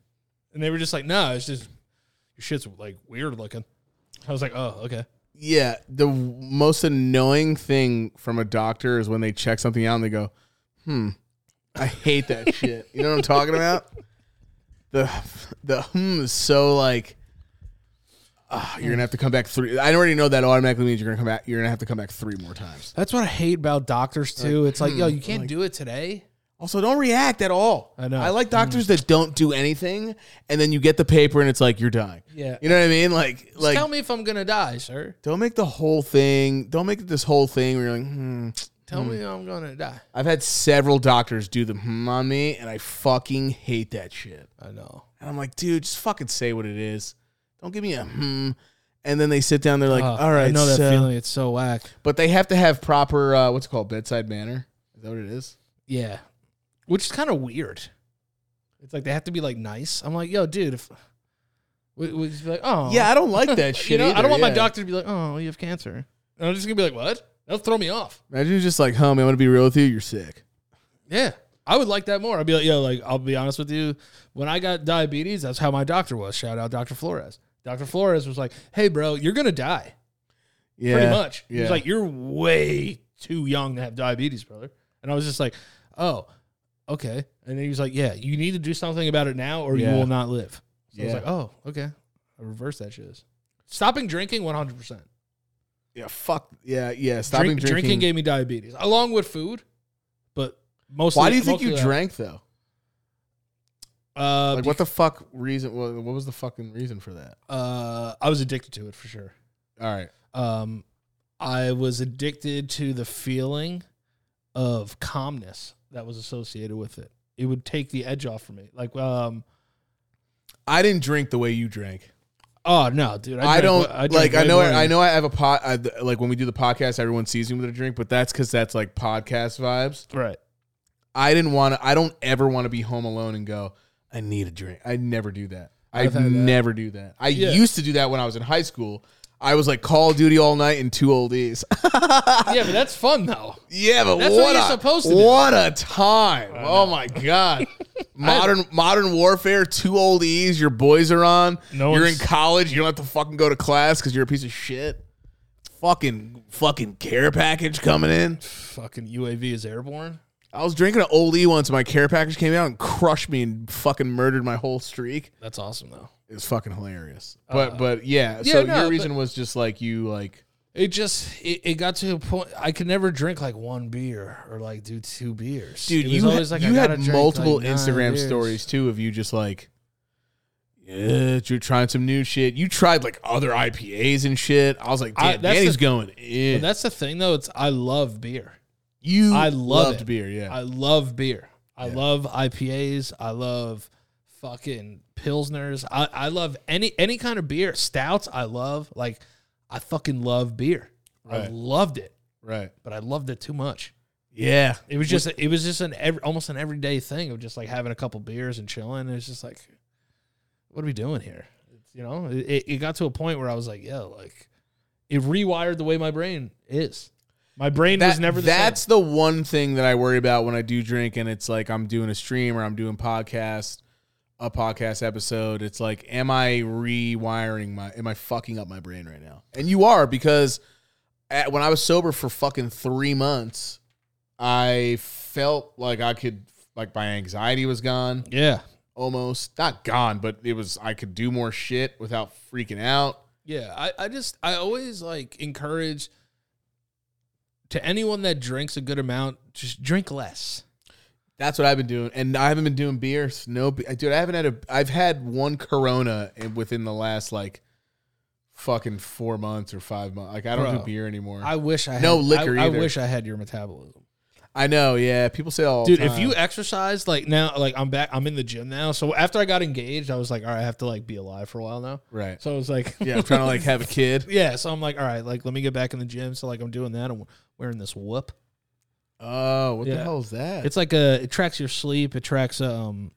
S1: And they were just like, "No, it's just your shit's like weird looking." I was like, "Oh, okay."
S2: Yeah, the w- most annoying thing from a doctor is when they check something out and they go, "Hmm, I hate that shit." You know what I'm talking about? The the hmm is so like. ah, you're gonna have to come back three. I already know that automatically means you're gonna come back. You're gonna have to come back three more times.
S1: That's what I hate about doctors too. it's Hmm. like, yo, you can't do it today.
S2: Also, don't react at all.
S1: I know.
S2: I Mm. like doctors that don't do anything, and then you get the paper and it's like you're dying.
S1: Yeah.
S2: You know what I mean? Like,
S1: Just
S2: like
S1: tell me if I'm gonna die, sir.
S2: Don't make the whole thing. Don't make it this whole thing where you're like, hmm.
S1: Tell me I'm gonna die.
S2: I've had several doctors do the hmm on me, and I fucking hate that shit.
S1: I know.
S2: And I'm like, dude, just fucking say what it is. Don't give me a hmm. And then they sit down. They're like,
S1: Ugh,
S2: all right,
S1: Uh, I know that
S2: so-
S1: feeling. It's so whack.
S2: But they have to have proper uh, what's it called bedside manner. Is that what it is?
S1: Yeah. Which is kind of weird. It's like they have to be like nice. I'm like, yo, dude, if we, we just be like, oh,
S2: Yeah, I don't like that shit.
S1: you know, I
S2: either,
S1: don't want my
S2: yeah.
S1: doctor to be like, oh, you have cancer. And I'm just gonna be like, what? That'll throw me off.
S2: Imagine you're just like, huh, man. I'm gonna be real with you. You're sick.
S1: Yeah, I would like that more. I'd be like, yo, like I'll be honest with you. When I got diabetes, that's how my doctor was. Shout out, Doctor Flores. Doctor Flores was like, hey, bro, you're gonna die.
S2: Yeah,
S1: pretty much. He
S2: yeah.
S1: was like, "You're way too young to have diabetes, brother." And I was just like, "Oh, okay." And then he was like, "Yeah, you need to do something about it now, or
S2: Yeah.
S1: you will not live." So I was
S2: Yeah.
S1: like, "Oh, okay." I reversed that shit. Stopping drinking, one hundred percent.
S2: yeah, fuck. Yeah, yeah. Stopping
S1: Drinking
S2: drinking.
S1: gave me diabetes, along with food, but mostly.
S2: Why do you think you
S1: mostly that.
S2: drank though?
S1: Uh,
S2: Like, what the fuck reason? What, what was the fucking reason for that?
S1: uh, I was addicted to it for sure.
S2: All right.
S1: Um, I was addicted to the feeling of calmness that was associated with it. It would take the edge off for me. Like, um,
S2: I didn't drink the way you drank.
S1: oh no, dude,
S2: I,
S1: drank
S2: don't
S1: wa- drank
S2: like. I
S1: way
S2: know.
S1: more than-
S2: I know. I have a pot. I, like when we do the podcast, everyone sees me with a drink, but that's because that's like podcast vibes.
S1: right?
S2: I didn't want to. I don't ever want to be home alone and go. I need a drink. I never do that. I
S1: I've had that.
S2: never do that. I
S1: Yeah.
S2: used to do that when I was in high school. I was like Call of Duty all night and two old E's.
S1: Yeah, but that's fun though.
S2: yeah, but
S1: That's what
S2: what,
S1: you're
S2: a,
S1: supposed to do.
S2: What a time! Oh my god. Modern Modern Warfare, two old E's. Your boys are on.
S1: No
S2: you're in
S1: one's-
S2: college. You don't have to fucking go to class because you're a piece of shit. Fucking fucking care package coming in.
S1: Fucking UAV is airborne.
S2: I was drinking an old E once. and My care package came out and crushed me and fucking murdered my whole streak.
S1: That's awesome though.
S2: It was fucking hilarious. But but yeah. So
S1: Uh, Yeah, no,
S2: your
S1: but-
S2: reason was just like you like
S1: It just it, it got to a point I could never drink like one beer or like do two beers.
S2: dude
S1: It was
S2: you, ha-
S1: always like, I
S2: you
S1: gotta
S2: had
S1: drink,
S2: multiple
S1: like, nine
S2: instagram
S1: beers.
S2: stories too of you just like yeah you're trying some new shit you tried like other ipas and shit i was like
S1: I-
S2: damn
S1: that's
S2: danny's
S1: the-
S2: going
S1: But
S2: in
S1: that's the thing though. It's I love beer.
S2: you
S1: I love
S2: loved
S1: it.
S2: beer yeah
S1: I love beer. I
S2: Yeah.
S1: love IPAs. I love fucking pilsners. I, I love any any kind of beer. Stouts I love. Like I fucking love beer. I
S2: Right.
S1: loved it,
S2: right
S1: but I loved it too much.
S2: Yeah.
S1: It was just it was just an every, almost an everyday thing of just like having a couple beers and chilling. It's just like, what are we doing here? It's, you know, it, it- it got to a point where I was like, yeah, like it rewired the way my brain is. My brain was
S2: That-
S1: never the
S2: that's
S1: same.
S2: the one thing that I worry about when I do drink, and it's like I'm doing a stream or I'm doing podcast, a podcast episode. It's like, am I rewiring my? Am I fucking up my brain right now? And you are because at, when I was sober for fucking three months, I felt like I could, like my anxiety was gone
S1: Yeah,
S2: almost, not gone, but it was I could do more shit without freaking out.
S1: yeah. I I just I always like encourage to anyone that drinks a good amount, just drink less.
S2: That's what I've been doing, and I haven't been doing beers. No, be- dude, I haven't had a. I've had one Corona in, within the last like fucking four months or five months. Like I don't
S1: Bro.
S2: do beer anymore. I,
S1: I wish I had,
S2: No liquor
S1: I, I
S2: either.
S1: wish I had your metabolism.
S2: know, yeah. People say all,
S1: dude
S2: the
S1: if you
S2: time.
S1: exercise like now like i'm back i'm in the gym now so after i got engaged i was like all right i have to like be alive for a while now
S2: right?
S1: so i was like
S2: Yeah, I'm trying to like have a kid.
S1: yeah so i'm like all right like let me get back in the gym so like i'm doing that i'm wearing this whoop
S2: Oh, what
S1: Yeah.
S2: the hell is that?
S1: it's like a it tracks your sleep it tracks um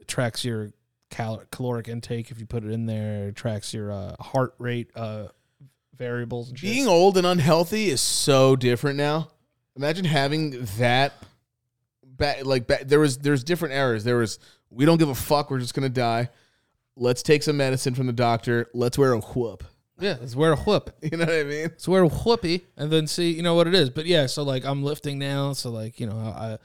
S1: it tracks your cal- caloric intake if you put it in there it tracks your uh, heart rate uh variables and shit.
S2: being old and unhealthy is so different now. Imagine having that. Back, like back, there was there's different errors. There was we don't give a fuck. We're just gonna die. Let's take some medicine from the doctor. Let's wear a whoop.
S1: yeah let's wear a whoop
S2: You know what I mean?
S1: So wear a whoopee and then see, you know what it is. But yeah, so like I'm lifting now, so like you know I,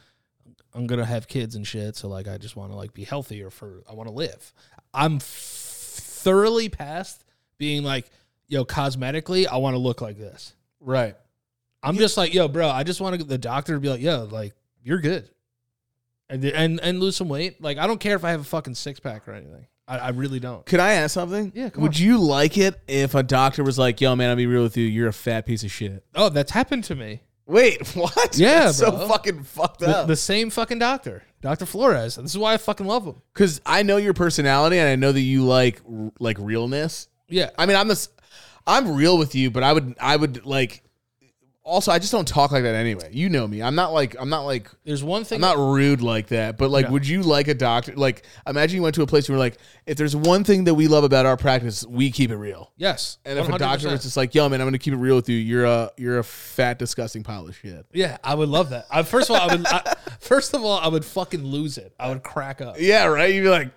S1: I'm gonna have kids and shit. So like I just want to like be healthier for I want to live. I'm f- thoroughly past being like, yo, cosmetically I want to look like this.
S2: Right.
S1: I'm just like, yo, bro, I just want to the doctor to be like, yo, like you're good, and and and lose some weight. Like I don't care if I have a fucking six pack or anything. I, I really don't.
S2: Could I ask something?
S1: Yeah, come
S2: Would you like it if a doctor was like, "Yo, man, I'll be real with you. You're a fat piece of shit."
S1: Oh, that's happened to me.
S2: Wait, what?
S1: Yeah,
S2: That's
S1: bro.
S2: so fucking fucked
S1: The,
S2: up.
S1: the same fucking doctor, Doctor Flores. This is why I fucking love him.
S2: Because I know your personality, and I know that you like r- like realness.
S1: Yeah.
S2: I mean, I'm this, I'm real with you, but I would I would like. Also, I just don't talk like that anyway. You know me. I'm not like I'm not like
S1: There's one thing.
S2: I'm not rude like that, but like,
S1: Yeah.
S2: would you like a doctor? Like, imagine you went to a place where like, if there's one thing that we love about our practice, we keep it real.
S1: yes.
S2: And if a
S1: 100%.
S2: doctor was just like, "Yo, man, I'm gonna keep it real with you. You're a you're a fat, disgusting pile of shit."
S1: Yeah, I would love that. I, first of all, I would. I, first of all, I would fucking lose it. I would crack up.
S2: Yeah, right. You'd be like,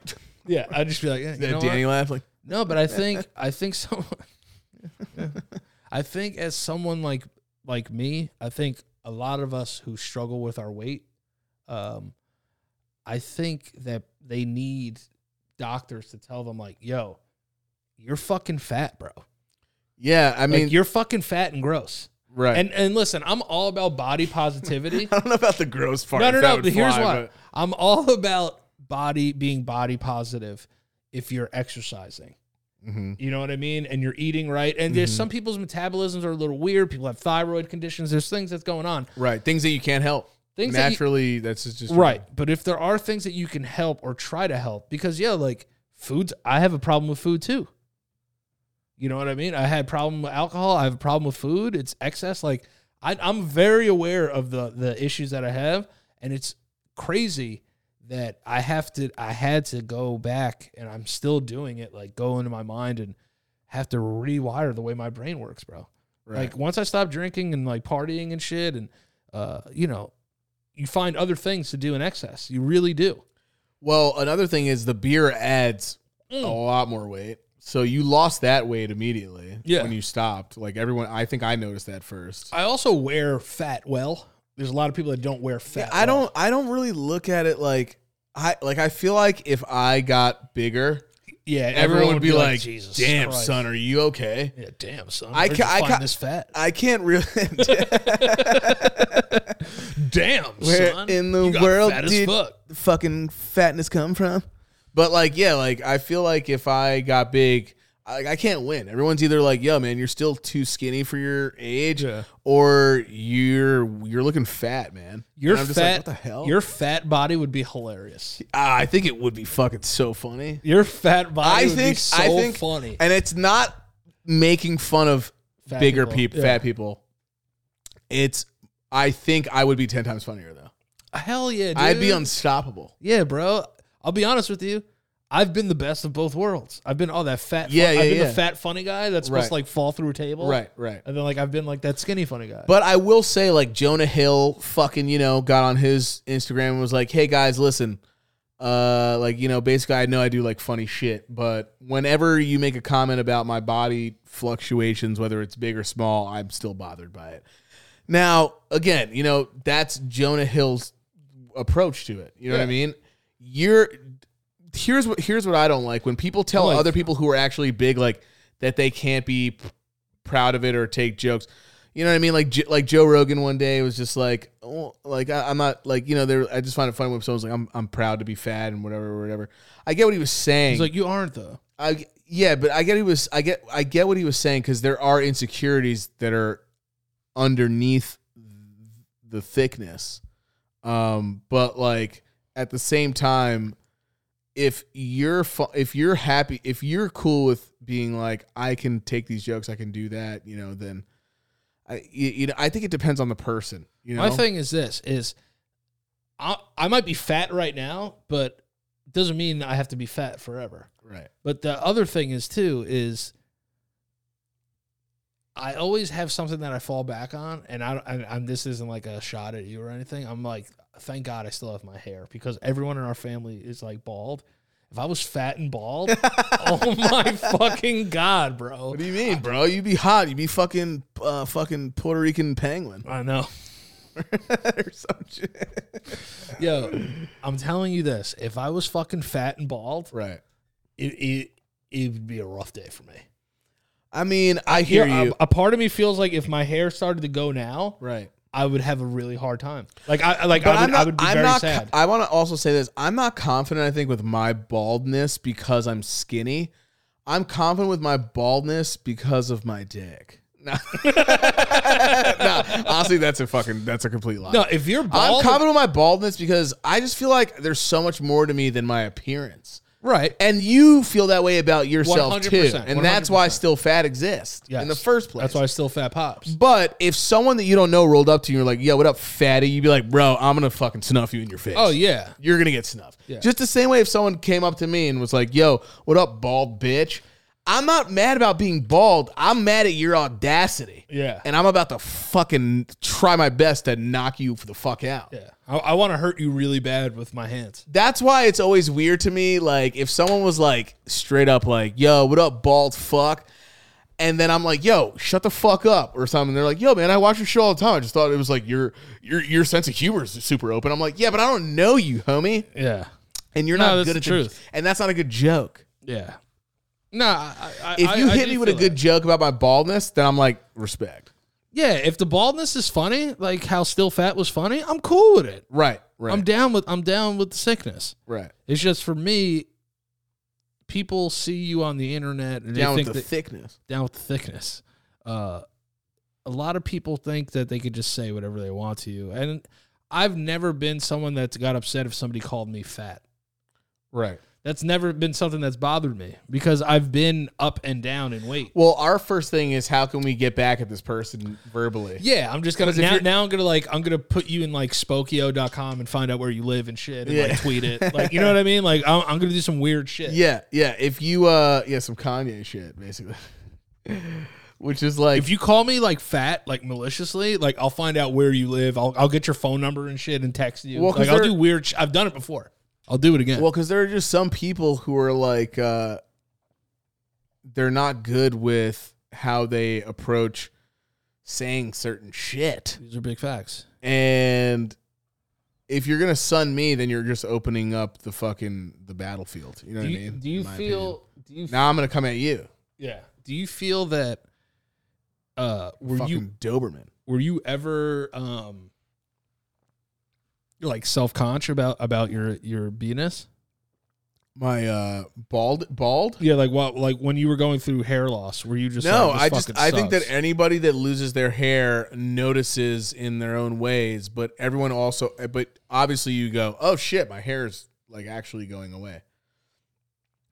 S1: Yeah, I'd just be like, yeah, you know what?
S2: Danny laughed like,
S1: No, but I think I think someone. I think as someone like like me, I think a lot of us who struggle with our weight, um, I think that they need doctors to tell them like, yo, you're fucking fat, bro.
S2: "Yeah, I
S1: I mean,
S2: mean,
S1: you're fucking fat and gross.
S2: right."
S1: And and listen, I'm all about body positivity.
S2: I don't know about the gross part.
S1: no, no,
S2: if that
S1: no.
S2: would
S1: But here's
S2: fly,
S1: why I'm all about body being body positive. If you're exercising,
S2: but- Mhm.
S1: you know what I mean, and you're eating right, and there's some people's metabolisms are a little weird. People have thyroid conditions. There's things that's going on.
S2: Right, things that you can't help
S1: Things that you-
S2: naturally. that's just, just
S1: Right. But if there are things that you can help or try to help, because yeah, like foods, I have a problem with food too. You know what I mean? I had problem with alcohol. I have a problem with food. It's excess. Like I, I'm very aware of the the issues that I have, and it's crazy that I have to. I had to go back, and I'm still doing it. Like go into my mind and have to rewire the way my brain works, bro.
S2: right.
S1: Like once I stopped drinking and like partying and shit, and uh, you know, you find other things to do in excess. You really do.
S2: Well, another thing is the beer adds a lot more weight. So you lost that weight immediately
S1: Yeah.
S2: when you stopped. Like everyone, I think I noticed that first.
S1: I also wear fat well. There's a lot of people that don't wear fat.
S2: I don't I don't really look at it like I like I feel like if I got bigger,
S1: Yeah, everyone,
S2: would be like, "Damn, son, are you okay?"
S1: Yeah, damn son.
S2: I
S1: I
S2: ca- I
S1: can't. I
S2: ca-
S1: this fat.
S2: I can't really.
S1: Damn,
S2: Where
S1: son.
S2: in the
S1: you got
S2: world
S1: fat as
S2: did
S1: fuck.
S2: fucking fatness come from? But like, yeah, like I feel like if I got big, I, I can't win. Everyone's either like, "Yo, man, you're still too skinny for your age,"
S1: Yeah.
S2: or "You're you're looking fat, man."
S1: Your
S2: And I'm
S1: fat,
S2: just like, what the hell?
S1: your fat body would be hilarious.
S2: Ah, I think it would be fucking so funny.
S1: Your fat body
S2: I
S1: would be
S2: think
S1: so
S2: I think
S1: funny.
S2: and it's not making fun of
S1: Fat
S2: bigger
S1: people.
S2: people,
S1: Yeah.
S2: fat people. It's I think I would be ten times funnier though.
S1: Hell yeah, dude.
S2: I'd be unstoppable.
S1: Yeah, bro. I'll be honest with you. I've been the best of both worlds. I've been all that fat.
S2: Yeah, yeah,
S1: I've been
S2: yeah.
S1: the fat funny guy that's supposed to
S2: Right.
S1: like fall through a table.
S2: Right, right.
S1: And then like I've been like that skinny funny guy.
S2: But I will say, like Jonah Hill, fucking, you know, got on his Instagram and was like, "Hey guys, listen, uh, like, you know, basically, I know I do like funny shit, but whenever you make a comment about my body fluctuations, whether it's big or small, I'm still bothered by it." Now, again, you know, that's Jonah Hill's approach to it. You know what I mean? You're here's what here's what I don't like when people tell
S1: like-
S2: other people who are actually big like that they can't be p- proud of it or take jokes. You know what I mean? Like J- like Joe Rogan one day was just like, oh, like I, I'm not like you know there. I just find it funny when someone's like, I'm I'm proud to be fat and whatever whatever. I get what he was saying.
S1: He's like, you aren't though.
S2: I yeah, but I get he was I get I get what he was saying because there are insecurities that are underneath the thickness. Um, but like at the same time, if you're fu- if you're happy, if you're cool with being like, I can take these jokes, I can do that, you know, then I you, you know I think it depends on the person. You know,
S1: My thing is this: is I I might be fat right now, but it doesn't mean I have to be fat forever.
S2: right,
S1: But the other thing is too is I always have something that I fall back on, and I, I I'm this isn't like a shot at you or anything. I'm like, thank God I still have my hair because everyone in our family is like bald. If I was fat and bald, oh my fucking god, bro!
S2: What do you mean, bro? You'd be hot. You'd be fucking uh, fucking Puerto Rican penguin
S1: I know,
S2: or some shit.
S1: yo. I'm telling you this: if I was fucking fat and bald,
S2: Right.
S1: it it it would be a rough day for me.
S2: I mean, I hear
S1: Yeah,
S2: you.
S1: A, a part of me feels like if my hair started to go now,
S2: right.
S1: I would have a really hard time. Like I I- like
S2: But
S1: I would,
S2: I'm not,
S1: I would be
S2: am
S1: very
S2: not,
S1: sad.
S2: I want to also say this. I'm not confident, I think, with my baldness because I'm skinny. I'm confident with my baldness because of my dick. No. no. Honestly, that's a fucking, that's a complete lie.
S1: no, if you're bald,
S2: I'm confident with my baldness because I just feel like there's so much more to me than my appearance.
S1: right?
S2: And you feel that way about yourself too.
S1: 100%,
S2: And that's why
S1: 100%.
S2: still fat exists
S1: Yes.
S2: in the first place.
S1: That's why I still fat pops.
S2: But if someone that you don't know rolled up to you and you're like, yo, what up, fatty? You'd be like, bro, I'm going to fucking snuff you in your face.
S1: Oh yeah,
S2: You're going to get snuffed.
S1: Yeah.
S2: Just the same way if someone came up to me and was like, yo, what up, bald bitch? I'm not mad about being bald. I'm mad at your audacity.
S1: Yeah.
S2: And I'm about to fucking try my best to knock you the fuck out.
S1: yeah. I, I want to hurt you really bad with my hands.
S2: That's why it's always weird to me. Like, if someone was like straight up, like, yo, what up, bald fuck? And then I'm like, yo, shut the fuck up or something. They're like, yo, man, I watch your show all the time. I just thought it was like your your your sense of humor is super open. I'm like, yeah, but I don't know you, homie.
S1: Yeah,
S2: And you're
S1: No,
S2: not
S1: that's
S2: good
S1: the
S2: at
S1: truth.
S2: The, and that's not a good joke.
S1: yeah. No, I, I,
S2: If
S1: I-
S2: you
S1: I
S2: hit
S1: do
S2: me with a
S1: feel
S2: good
S1: that.
S2: joke about my baldness, then I'm like, respect.
S1: yeah. If the baldness is funny, like how still fat was funny, I'm cool with it.
S2: Right, right,
S1: I'm down with I'm down with the sickness.
S2: right.
S1: It's just for me, people see you on the internet and
S2: Down
S1: they
S2: with
S1: think
S2: the
S1: that,
S2: thickness.
S1: down with the thickness. Uh, a lot of people think that they could just say whatever they want to you, and I've never been someone that's got upset if somebody called me fat.
S2: Right.
S1: That's never been something that's bothered me because I've been up and down in weight.
S2: Well, our first thing is how can we get back at this person verbally?
S1: Yeah, I'm just gonna
S2: 'Cause if
S1: now,
S2: you're-
S1: now. I'm gonna like I'm gonna put you in like Spokio.com and find out where you live and shit, and
S2: Yeah.
S1: like tweet it. Like you know what I mean? Like I'm, I'm gonna do some weird shit.
S2: Yeah, yeah. If you uh yeah, some Kanye shit, basically. Which is like
S1: If you call me like fat, like maliciously, like I'll find out where you live. I'll, I'll get your phone number and shit and text you.
S2: Well,
S1: like
S2: 'cause
S1: I'll
S2: there-
S1: do weird. Sh- I've done it before. I'll do it again.
S2: well, because there are just some people who are like uh they're not good with how they approach saying certain shit.
S1: These are big facts.
S2: And if you're gonna sun me, then you're just opening up the fucking the battlefield. You know
S1: Do
S2: what
S1: you,
S2: I mean?
S1: do you
S2: In my opinion.
S1: feel? Do you?
S2: now I'm gonna come at you,
S1: yeah. Do you feel that? Uh, were
S2: fucking
S1: you
S2: Doberman.
S1: were you ever um, like self conscious about about your your beaness?
S2: My uh bald bald?
S1: Yeah, like what? Like when you were going through hair loss, were you just
S2: no
S1: Like,
S2: i
S1: this
S2: just
S1: fucking
S2: i think that
S1: sucks?
S2: anybody that loses their hair notices in their own ways but everyone also but obviously you go oh shit my hair is like actually going away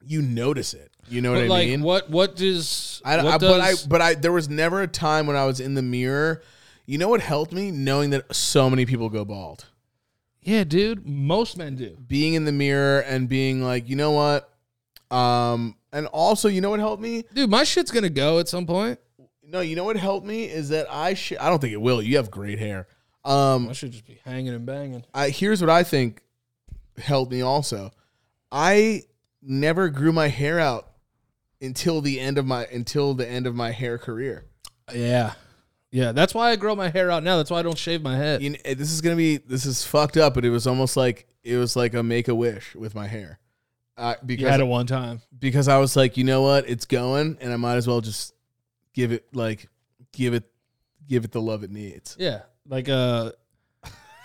S2: you notice it you know
S1: But
S2: what i
S1: like,
S2: mean
S1: what what does?
S2: I,
S1: what
S2: I- but I
S1: does-
S2: but I there was never a time when I was in the mirror You know what helped me knowing that so many people go bald.
S1: Yeah, dude. Most men do.
S2: Being in the mirror and being like, you know what? Um, and also, you know what helped me?
S1: Dude, my shit's gonna go at some point.
S2: No, you know what helped me is that I should. I don't think it will. You have great hair. Um,
S1: I should just be hanging and banging.
S2: I, here's what I think helped me also. I never grew my hair out until the end of my until the end of my hair career.
S1: Yeah. Yeah, that's why I grow my hair out now. That's why I don't shave my head.
S2: You kn- this is gonna be this is fucked up, but it was almost like it was like a make a wish with my hair, uh,
S1: You had
S2: because
S1: it one time.
S2: because I was like, you know what, it's going, and I might as well just give it like give it give it the love it needs.
S1: Yeah, like uh,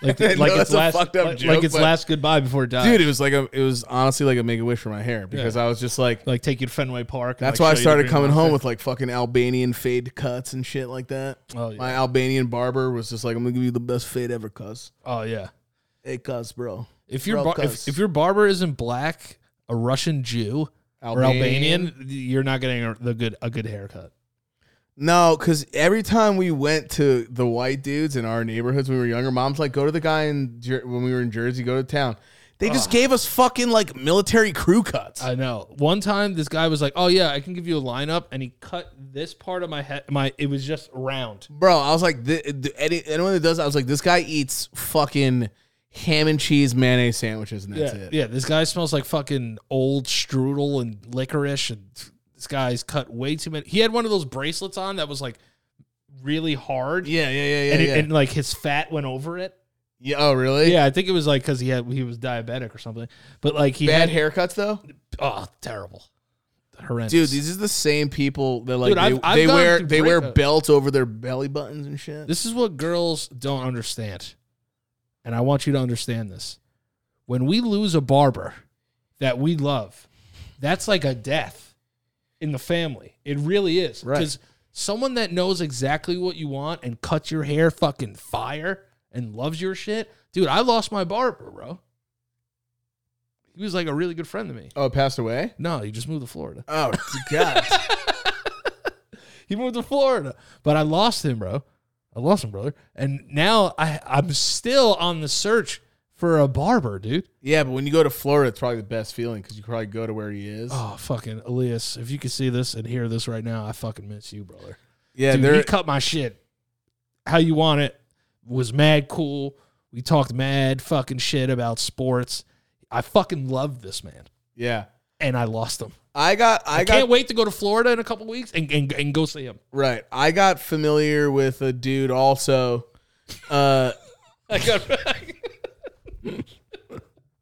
S1: like
S2: I know
S1: like
S2: that's
S1: its
S2: a
S1: last
S2: fucked up
S1: like,
S2: joke,
S1: like its
S2: but-
S1: last goodbye before it dies.
S2: Dude, it was like a it was honestly like a make a wish for my hair because I was just like.
S1: like take you to Fenway Park.
S2: That's why I started coming home with like fucking Albanian fade cuts and shit like that.
S1: Oh yeah.
S2: My Albanian barber was just like, "I'm gonna give you the best fade ever, cuz."
S1: oh yeah.
S2: Hey, cuz, bro.
S1: If your
S2: Bro,
S1: bar- if,
S2: cuss.
S1: if your barber isn't black, a Russian Jew, or Albanian, you're not getting a, the good a good haircut.
S2: No, because every time we went to the white dudes in our neighborhoods when we were younger, mom's like, go to the guy in Jer- when we were in Jersey, go to town. They just gave us fucking like military crew cuts.
S1: I know. One time, this guy was like, "Oh yeah, I can give you a lineup," and he cut this part of my head. My it was just round.
S2: Bro, I was like, th- th- any- anyone that does, I was like, this guy eats fucking ham and cheese mayonnaise sandwiches and that's
S1: yeah,
S2: it.
S1: yeah. This guy smells like fucking old strudel and licorice, and this guy's cut way too many. He had one of those bracelets on that was like really hard,
S2: Yeah, yeah, yeah, yeah.
S1: and, it,
S2: yeah.
S1: and like his fat went over it.
S2: Yeah, oh, really?
S1: Yeah, I think it was like because he had he was diabetic or something. But like he
S2: Bad
S1: had
S2: haircuts, though?
S1: oh terrible, horrendous,
S2: Dude, these are the same people that like
S1: Dude,
S2: they,
S1: I've- I've
S2: they
S1: gone
S2: wear
S1: through
S2: they wear
S1: breakups.
S2: belts over their belly buttons and shit.
S1: This is what girls don't understand. And I want you to understand this. When we lose a barber that we love, that's like a death in the family. It really is.
S2: Right.
S1: Because someone that knows exactly what you want and cuts your hair fucking fire and loves your shit. Dude, I lost my barber, bro. He was like a really good friend to me.
S2: oh, it passed away?
S1: No, he just moved to Florida.
S2: Oh, God.
S1: He moved to Florida, but I lost him, bro. I lost him, brother. And now I I'm still on the search for a barber, dude.
S2: Yeah, but when you go to Florida, it's probably the best feeling because you probably go to where he is.
S1: Oh fucking Elias, if you could see this and hear this right now, I fucking miss you, brother.
S2: yeah,
S1: Dude,
S2: there.
S1: he cut my shit. How you want it was mad cool. We talked mad fucking shit about sports. I fucking love this man,
S2: yeah,
S1: and I lost him.
S2: I got, I,
S1: I,
S2: got
S1: can't wait to go to Florida in a couple weeks and, and and go see him.
S2: right. I got familiar with a dude also. Uh,
S1: I got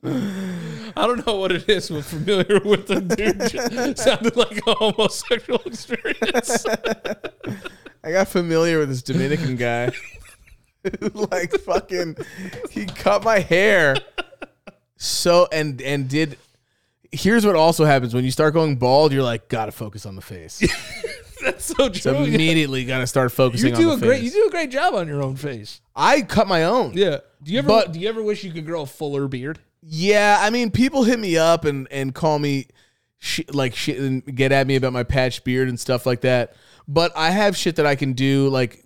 S1: I don't know what it is, but familiar with the dude ju- sounded like a homosexual experience.
S2: I got familiar with this Dominican guy. who, like fucking, he cut my hair. So and and did. Here's what also happens when you start going bald. You're like, gotta focus on the face.
S1: That's so true.
S2: So
S1: yeah.
S2: immediately, gotta start focusing.
S1: You do a
S2: on the
S1: great, you
S2: face.
S1: do a great job on your own face.
S2: I cut my own.
S1: Yeah. Do you ever,
S2: But-
S1: do you ever wish you could grow a fuller beard?
S2: Yeah, I mean, people hit me up and and call me, sh- like shit, and get at me about my patched beard and stuff like that. But I have shit that I can do. Like,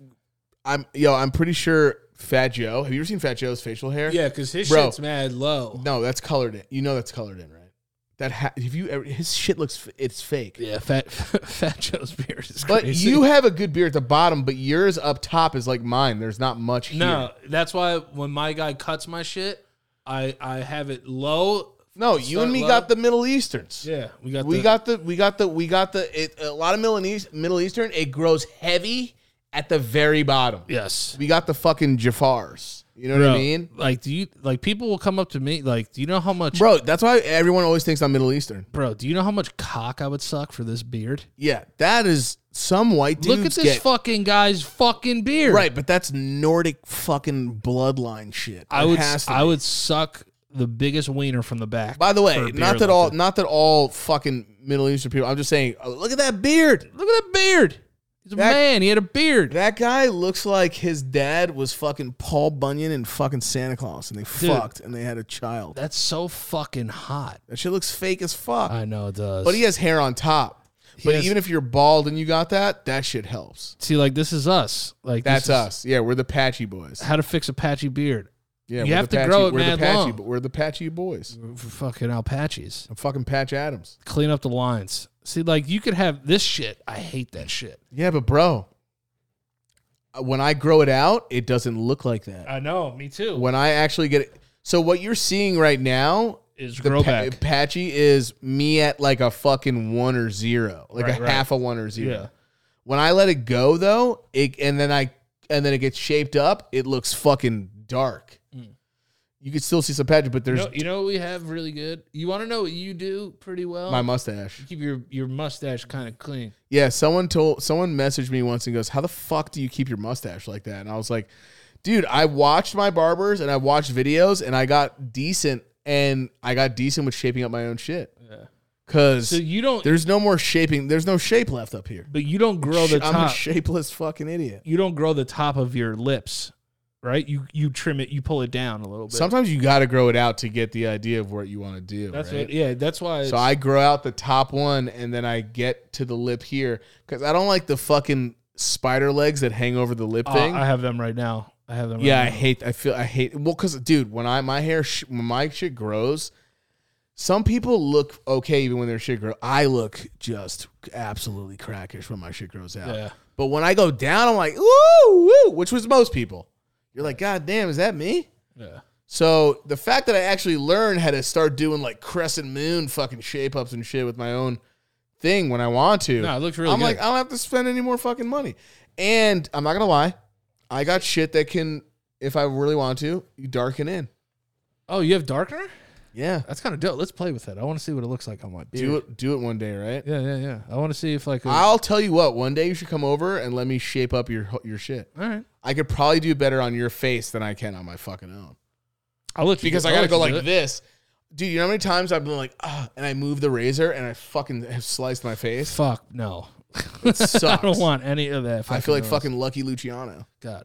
S2: I'm yo, I'm pretty sure Fat Joe. Have you ever seen Fat Joe's facial hair?
S1: because his
S2: Bro. shit's
S1: mad low.
S2: No, that's colored in. You know that's colored in, right? That ha- if you ever, his shit looks f- it's fake.
S1: Yeah, fat Fat Joe's beard is
S2: But
S1: crazy.
S2: you have a good beard at the bottom, but yours up top is like mine. There's not much here.
S1: no, that's why when my guy cuts my shit, I I have it low.
S2: no, you
S1: Start
S2: and me
S1: low.
S2: got the Middle Easterns.
S1: Yeah, we got
S2: We
S1: the-
S2: got the we got the we got the it, a lot of Middle East, Middle Eastern. It grows heavy at the very bottom.
S1: yes.
S2: We got the fucking Jafars. You know what I
S1: Bro,
S2: mean,
S1: Like, do you like people will come up to me like, do you know how much, bro?
S2: bro? That's why everyone always thinks I'm Middle Eastern.
S1: do you know how much cock I would suck for this beard?
S2: Yeah, that is some white dudes
S1: Look at this
S2: get-
S1: fucking guy's fucking beard.
S2: right, but that's Nordic fucking bloodline shit.
S1: I
S2: It
S1: would.
S2: has to
S1: I
S2: be.
S1: would suck the biggest wiener from the back.
S2: By the
S1: for a
S2: way,
S1: beard
S2: not
S1: like
S2: that all, not that all fucking Middle Eastern people. I'm just saying, uh, look at that beard.
S1: Look at that beard. He's a
S2: That-
S1: man. He had a beard.
S2: That guy looks like his dad was fucking Paul Bunyan and fucking Santa Claus, and they fucked, and they had a child.
S1: That's so fucking hot.
S2: That shit looks fake as fuck.
S1: I know it does.
S2: But he has hair on top. But
S1: has-
S2: even if you're bald and you got that, that shit helps.
S1: See, like this is us. Like this
S2: That's
S1: is
S2: us. Yeah, we're the patchy boys.
S1: How to fix a patchy beard?
S2: Yeah,
S1: You
S2: we're
S1: have
S2: the
S1: to
S2: patchy,
S1: grow it
S2: we're
S1: mad
S2: the patchy,
S1: long.
S2: But we're the patchy boys.
S1: For fucking alpatches.
S2: I'm fucking Patch Adams.
S1: Clean up the lines. See, like you could have this shit. I hate that shit.
S2: Yeah, but bro, uh, when I grow it out, it doesn't look like that.
S1: I know. Me too.
S2: When I actually get it, so what you're seeing right now,
S1: Is
S2: the
S1: grow
S2: pa-
S1: back.
S2: patchy is me at like a fucking one or zero, like
S1: Right,
S2: a
S1: right.
S2: half a one or zero.
S1: Yeah.
S2: When I let it go though, it and then I and then it gets shaped up, it looks fucking dark. You can still see some patchy, but
S1: You
S2: there's
S1: know, Mm. you know what we have really good. You want to know what you do pretty well?
S2: my mustache.
S1: keep your your mustache kind of clean.
S2: Yeah, someone told someone messaged me once and goes, "How the fuck do you keep your mustache like that?" And I was like, "Dude, I watched my barbers and I watched videos and I got decent and I got decent with shaping up my own shit."
S1: Yeah.
S2: Cuz
S1: So you don't,
S2: there's no more shaping. There's no shape left up here.
S1: but you don't grow the
S2: Sh- I'm a
S1: top.
S2: shapeless fucking idiot.
S1: You don't grow the top of your lips, right? You you trim it. You pull it down a little bit.
S2: Sometimes you got to grow it out to get the idea of what you want to do,
S1: that's
S2: right?
S1: what. Yeah, that's why.
S2: So I grow out the top one and then I get to the lip here cuz I don't like the fucking spider legs that hang over the lip
S1: Uh,
S2: thing.
S1: I have them right now. I have them.
S2: Yeah, I
S1: right now.
S2: hate. I feel. I hate. Well, because dude, when I my hair sh- when my shit grows, some people look okay even when their shit grows. I look just absolutely crackish when my shit grows out.
S1: Yeah.
S2: But when I go down, I'm like, ooh, woo, which was most people. You're like, God damn, is that me?
S1: Yeah.
S2: So the fact that I actually learned how to start doing like crescent moon fucking shape ups and shit with my own thing when I want to.
S1: No, it looks really
S2: I'm
S1: good.
S2: like, I don't have to spend any more fucking money. And I'm not gonna lie, I got shit that can, if I really want to, you darken in.
S1: oh, you have darkener?
S2: Yeah.
S1: That's kind of dope. Let's play with that. I want to see what it looks like on my beard.
S2: Do it do it one day, right?
S1: Yeah, yeah, yeah. I want to see if like. a-
S2: I'll tell you what, one day you should come over and let me shape up your your shit.
S1: all right.
S2: I could probably do better on your face than I can on my fucking own.
S1: I'll let you
S2: because
S1: do-
S2: I
S1: I'll
S2: gotta go
S1: let you
S2: like
S1: do it.
S2: this. Dude, you know how many times I've been like, ah, and I move the razor and I fucking have sliced my face.
S1: Fuck no.
S2: sucks.
S1: I don't want any of that.
S2: I feel like
S1: noise.
S2: fucking Lucky Luciano.
S1: God.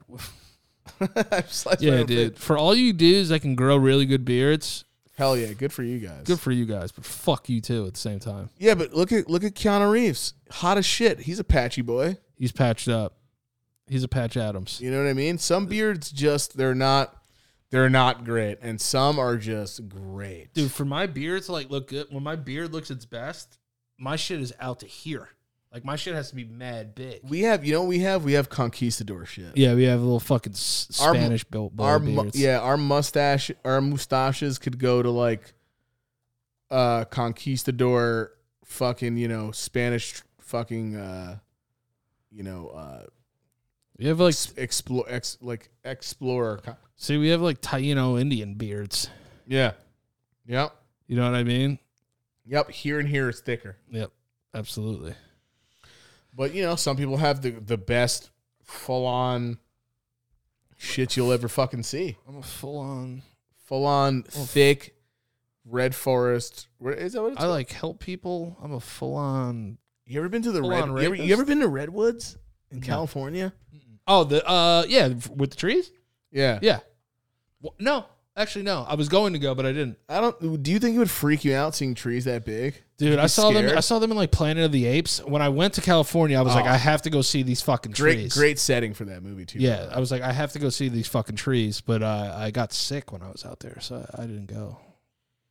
S2: I've sliced my
S1: Yeah,
S2: own
S1: dude.
S2: face.
S1: For all you dudes that can grow really good beards,
S2: Hell yeah, good for you guys.
S1: good for you guys, but fuck you too at the same time.
S2: yeah, but look at look at Keanu Reeves, hot as shit. He's a patchy boy.
S1: He's patched up. He's a patch Adams.
S2: You know what I mean? Some beards just they're not they're not great, and some are just great.
S1: Dude, for my beard to like look good, when my beard looks its best, my shit is out to here. Like my shit has to be mad big.
S2: we have you know what we have we have conquistador shit.
S1: yeah, we have a little fucking s-
S2: Our-
S1: Spanish built
S2: our mu-
S1: beards.
S2: yeah our mustache our mustaches could go to like uh conquistador fucking you know spanish fucking uh you know uh
S1: we have like
S2: ex- explore ex- like explorer con-
S1: see, we have like Taino Indian beards.
S2: yeah yep
S1: You know what I mean?
S2: yep here and here is thicker
S1: Yep, absolutely.
S2: but you know some people have the the best full on shit you'll ever fucking see
S1: I'm a full on.
S2: full on thick red forest where is that what it's
S1: I like help people. I'm a full on
S2: You ever been to the
S1: Full
S2: red?
S1: on
S2: You ever, you
S1: rapist.
S2: ever been to redwoods in California?
S1: Oh, the uh, yeah, f- with the trees.
S2: Yeah.
S1: Yeah. Wh- No, actually, no. I was going to go, but I didn't.
S2: I don't. Do you think it would freak you out seeing trees that big?
S1: Dude, I saw them.
S2: scared?
S1: I saw them in like Planet of the Apes. When I went to California, I was like,
S2: Oh.
S1: I have to go see these fucking
S2: Great,
S1: trees.
S2: great setting for that movie too.
S1: Yeah, I was like, I have to go see these fucking trees. But uh, I got sick when I was out there, so I didn't go.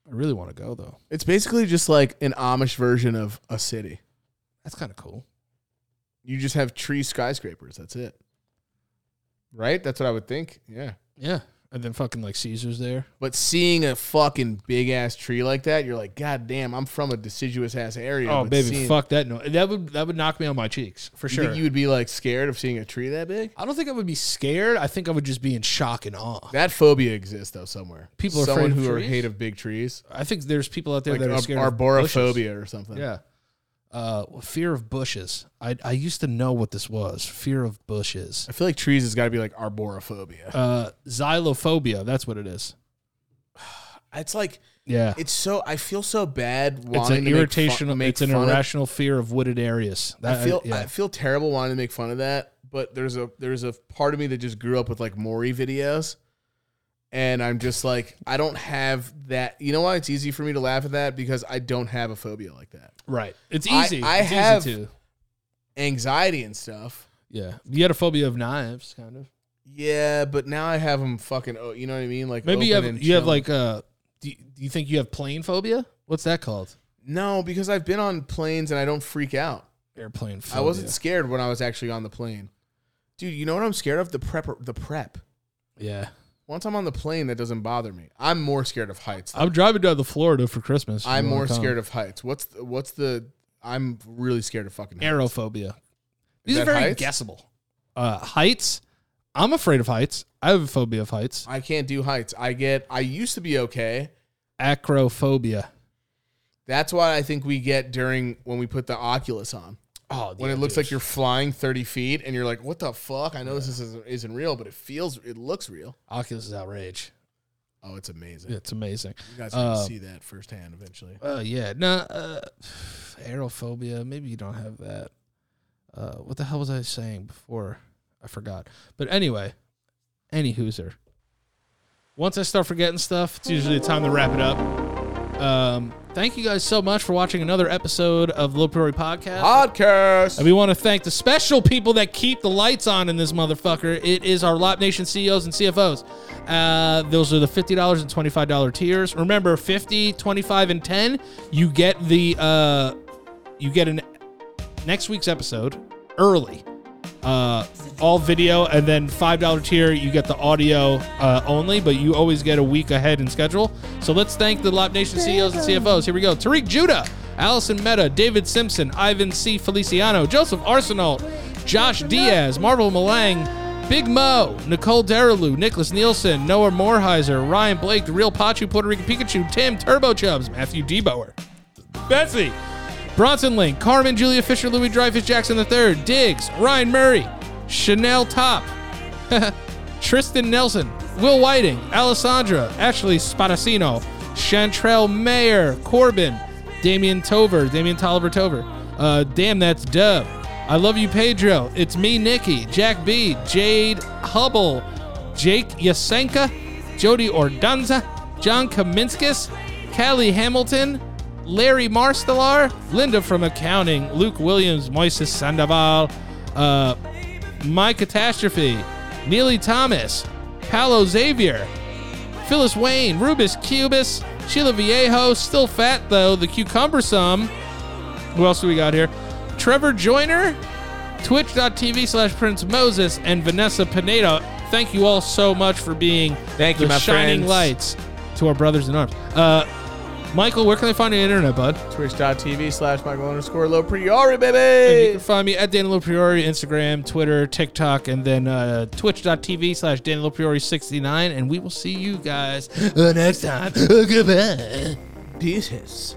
S1: I really want to go though.
S2: It's basically just like an Amish version of a city.
S1: That's kind of cool.
S2: You just have tree skyscrapers. That's it. Right. That's what I would think. Yeah.
S1: Yeah, and then fucking like Caesar's there.
S2: But seeing a fucking big ass tree like that, you're like, God damn, I'm from a deciduous ass area.
S1: oh
S2: but
S1: baby,
S2: seeing-
S1: fuck that no. That would that would knock me on my cheeks for
S2: You
S1: sure.
S2: think you would be like scared of seeing a tree that big?
S1: I don't think I would be scared. I think I would just be in shock and awe.
S2: That phobia exists though somewhere.
S1: People are
S2: Someone
S1: afraid of
S2: who are
S1: trees?
S2: hate of big trees.
S1: I think there's people out there
S2: like
S1: that are
S2: ar-
S1: scared of bushes.
S2: arborophobia or something.
S1: Yeah. Uh, well, fear of bushes. I I used to know what this was. Fear of bushes.
S2: I feel like trees has got to be like arborophobia.
S1: Uh, xylophobia. That's what it is.
S2: It's like
S1: Yeah.
S2: it's so I feel so bad wanting
S1: It's an
S2: to make
S1: irritation.
S2: fun- make
S1: it's an
S2: fun of-
S1: irrational fear of wooded areas. That, uh,
S2: I feel
S1: yeah.
S2: I feel terrible wanting to make fun of that, but there's a there's a part of me that just grew up with like Maury videos and I'm just like, I don't have that. You know why it's easy for me to laugh at that because I don't have a phobia like that.
S1: Right. It's
S2: I-
S1: easy.
S2: I
S1: it's
S2: have-
S1: easy to.
S2: Anxiety and stuff.
S1: Yeah. You had a phobia of knives, kind of.
S2: Yeah, but now I have them fucking. Oh, you know what I mean? Like
S1: Maybe you
S2: open
S1: have you
S2: and
S1: have
S2: chilling.
S1: like uh do you, do you think you have plane phobia? What's that called?
S2: no because I've been on planes and I don't freak out.
S1: Airplane phobia.
S2: I wasn't scared when I was actually on the plane. Dude, you know what I'm scared of? The prep. The prep.
S1: Yeah.
S2: Once I'm on the plane, that doesn't bother me. I'm more scared of heights.
S1: I'm driving down to Florida for Christmas.
S2: I'm more scared of heights. What's the, what's the? I'm really scared of fucking. heights.
S1: aerophobia. These
S2: that
S1: are very
S2: heights?
S1: guessable. Uh heights. I'm afraid of heights. I have a phobia of heights.
S2: I can't do heights. I get. I used to be okay.
S1: Acrophobia.
S2: That's why I think we get during when we put the Oculus on.
S1: Oh,
S2: When it looks like you're flying 30 feet and you're like, what the fuck? I know this isn't, isn't real, but it feels, it looks real.
S1: Oculus is outrage.
S2: Oh, it's amazing.
S1: It's amazing.
S2: You guys are
S1: Uh,
S2: gonna see that firsthand eventually.
S1: Oh yeah, no. Uh, aerophobia. Maybe you don't have that. Uh, what the hell was I saying before? I forgot. But anyway, any hooser. Once I start forgetting stuff, it's usually time to wrap it up. Um, thank you guys so much for watching another episode of Low Priority Podcast.
S2: Podcast.
S1: And we want to thank the special people that keep the lights on in this motherfucker. It is our Lop Nation CEOs and CFOs. Uh, those are the $50 and $25 tiers. Remember, 50, 25, and 10, you get the uh, you get an next week's episode early. Uh, all video and then five dollar tier you get the audio uh, only but you always get a week ahead in schedule so let's thank the lop nation ceos and cfos here we go tariq judah allison meta david simpson ivan c feliciano joseph arsenault josh diaz marvel malang Big Mo, Nicole Derelou, Nicholas Nielsen, Noah Morheiser, Ryan Blake, The Real Pachu, Puerto Rican Pikachu, Tim Turbo Chubbs, Matthew Deboer, Betsy, Bronson Link, Carmen, Julia Fisher, Louis Dreyfus, Jackson III, Diggs, Ryan Murray, Chanel Top, Tristan Nelson, Will Whiting, Alessandra, Ashley Spadacino, Chantrell Mayer, Corbin, Damian Tover, Damian Tolliver Tover. Uh, damn, that's Dub. I love you, Pedro. It's me, Nikki, Jack B, Jade Hubble, Jake Yasenka, Jody Ordanza, John Kaminskis, Callie Hamilton, Larry Marstelar, Linda from Accounting, Luke Williams, Moises Sandoval, uh, My Catastrophe, Neely Thomas, Paolo Xavier, Phyllis Wayne, Rubus Cubis, Sheila Viejo, still fat though, the cucumbersome. Who else do we got here? Trevor Joyner, twitch.tv slash Prince Moses, and Vanessa Pineda. Thank you all so much for being
S4: Thank you,
S1: the
S4: my
S1: shining
S4: friends.
S1: lights to our brothers in arms. Uh, Michael, where can they find you on the internet, bud?
S2: Twitch.tv slash Michael underscore low priori,
S1: And you
S2: baby.
S1: can find me at Danilo Priori, Instagram, Twitter, TikTok, and then uh, twitch.tv slash Danilo Priori69. And we will see you guys uh, next time. Goodbye.
S2: Pieces.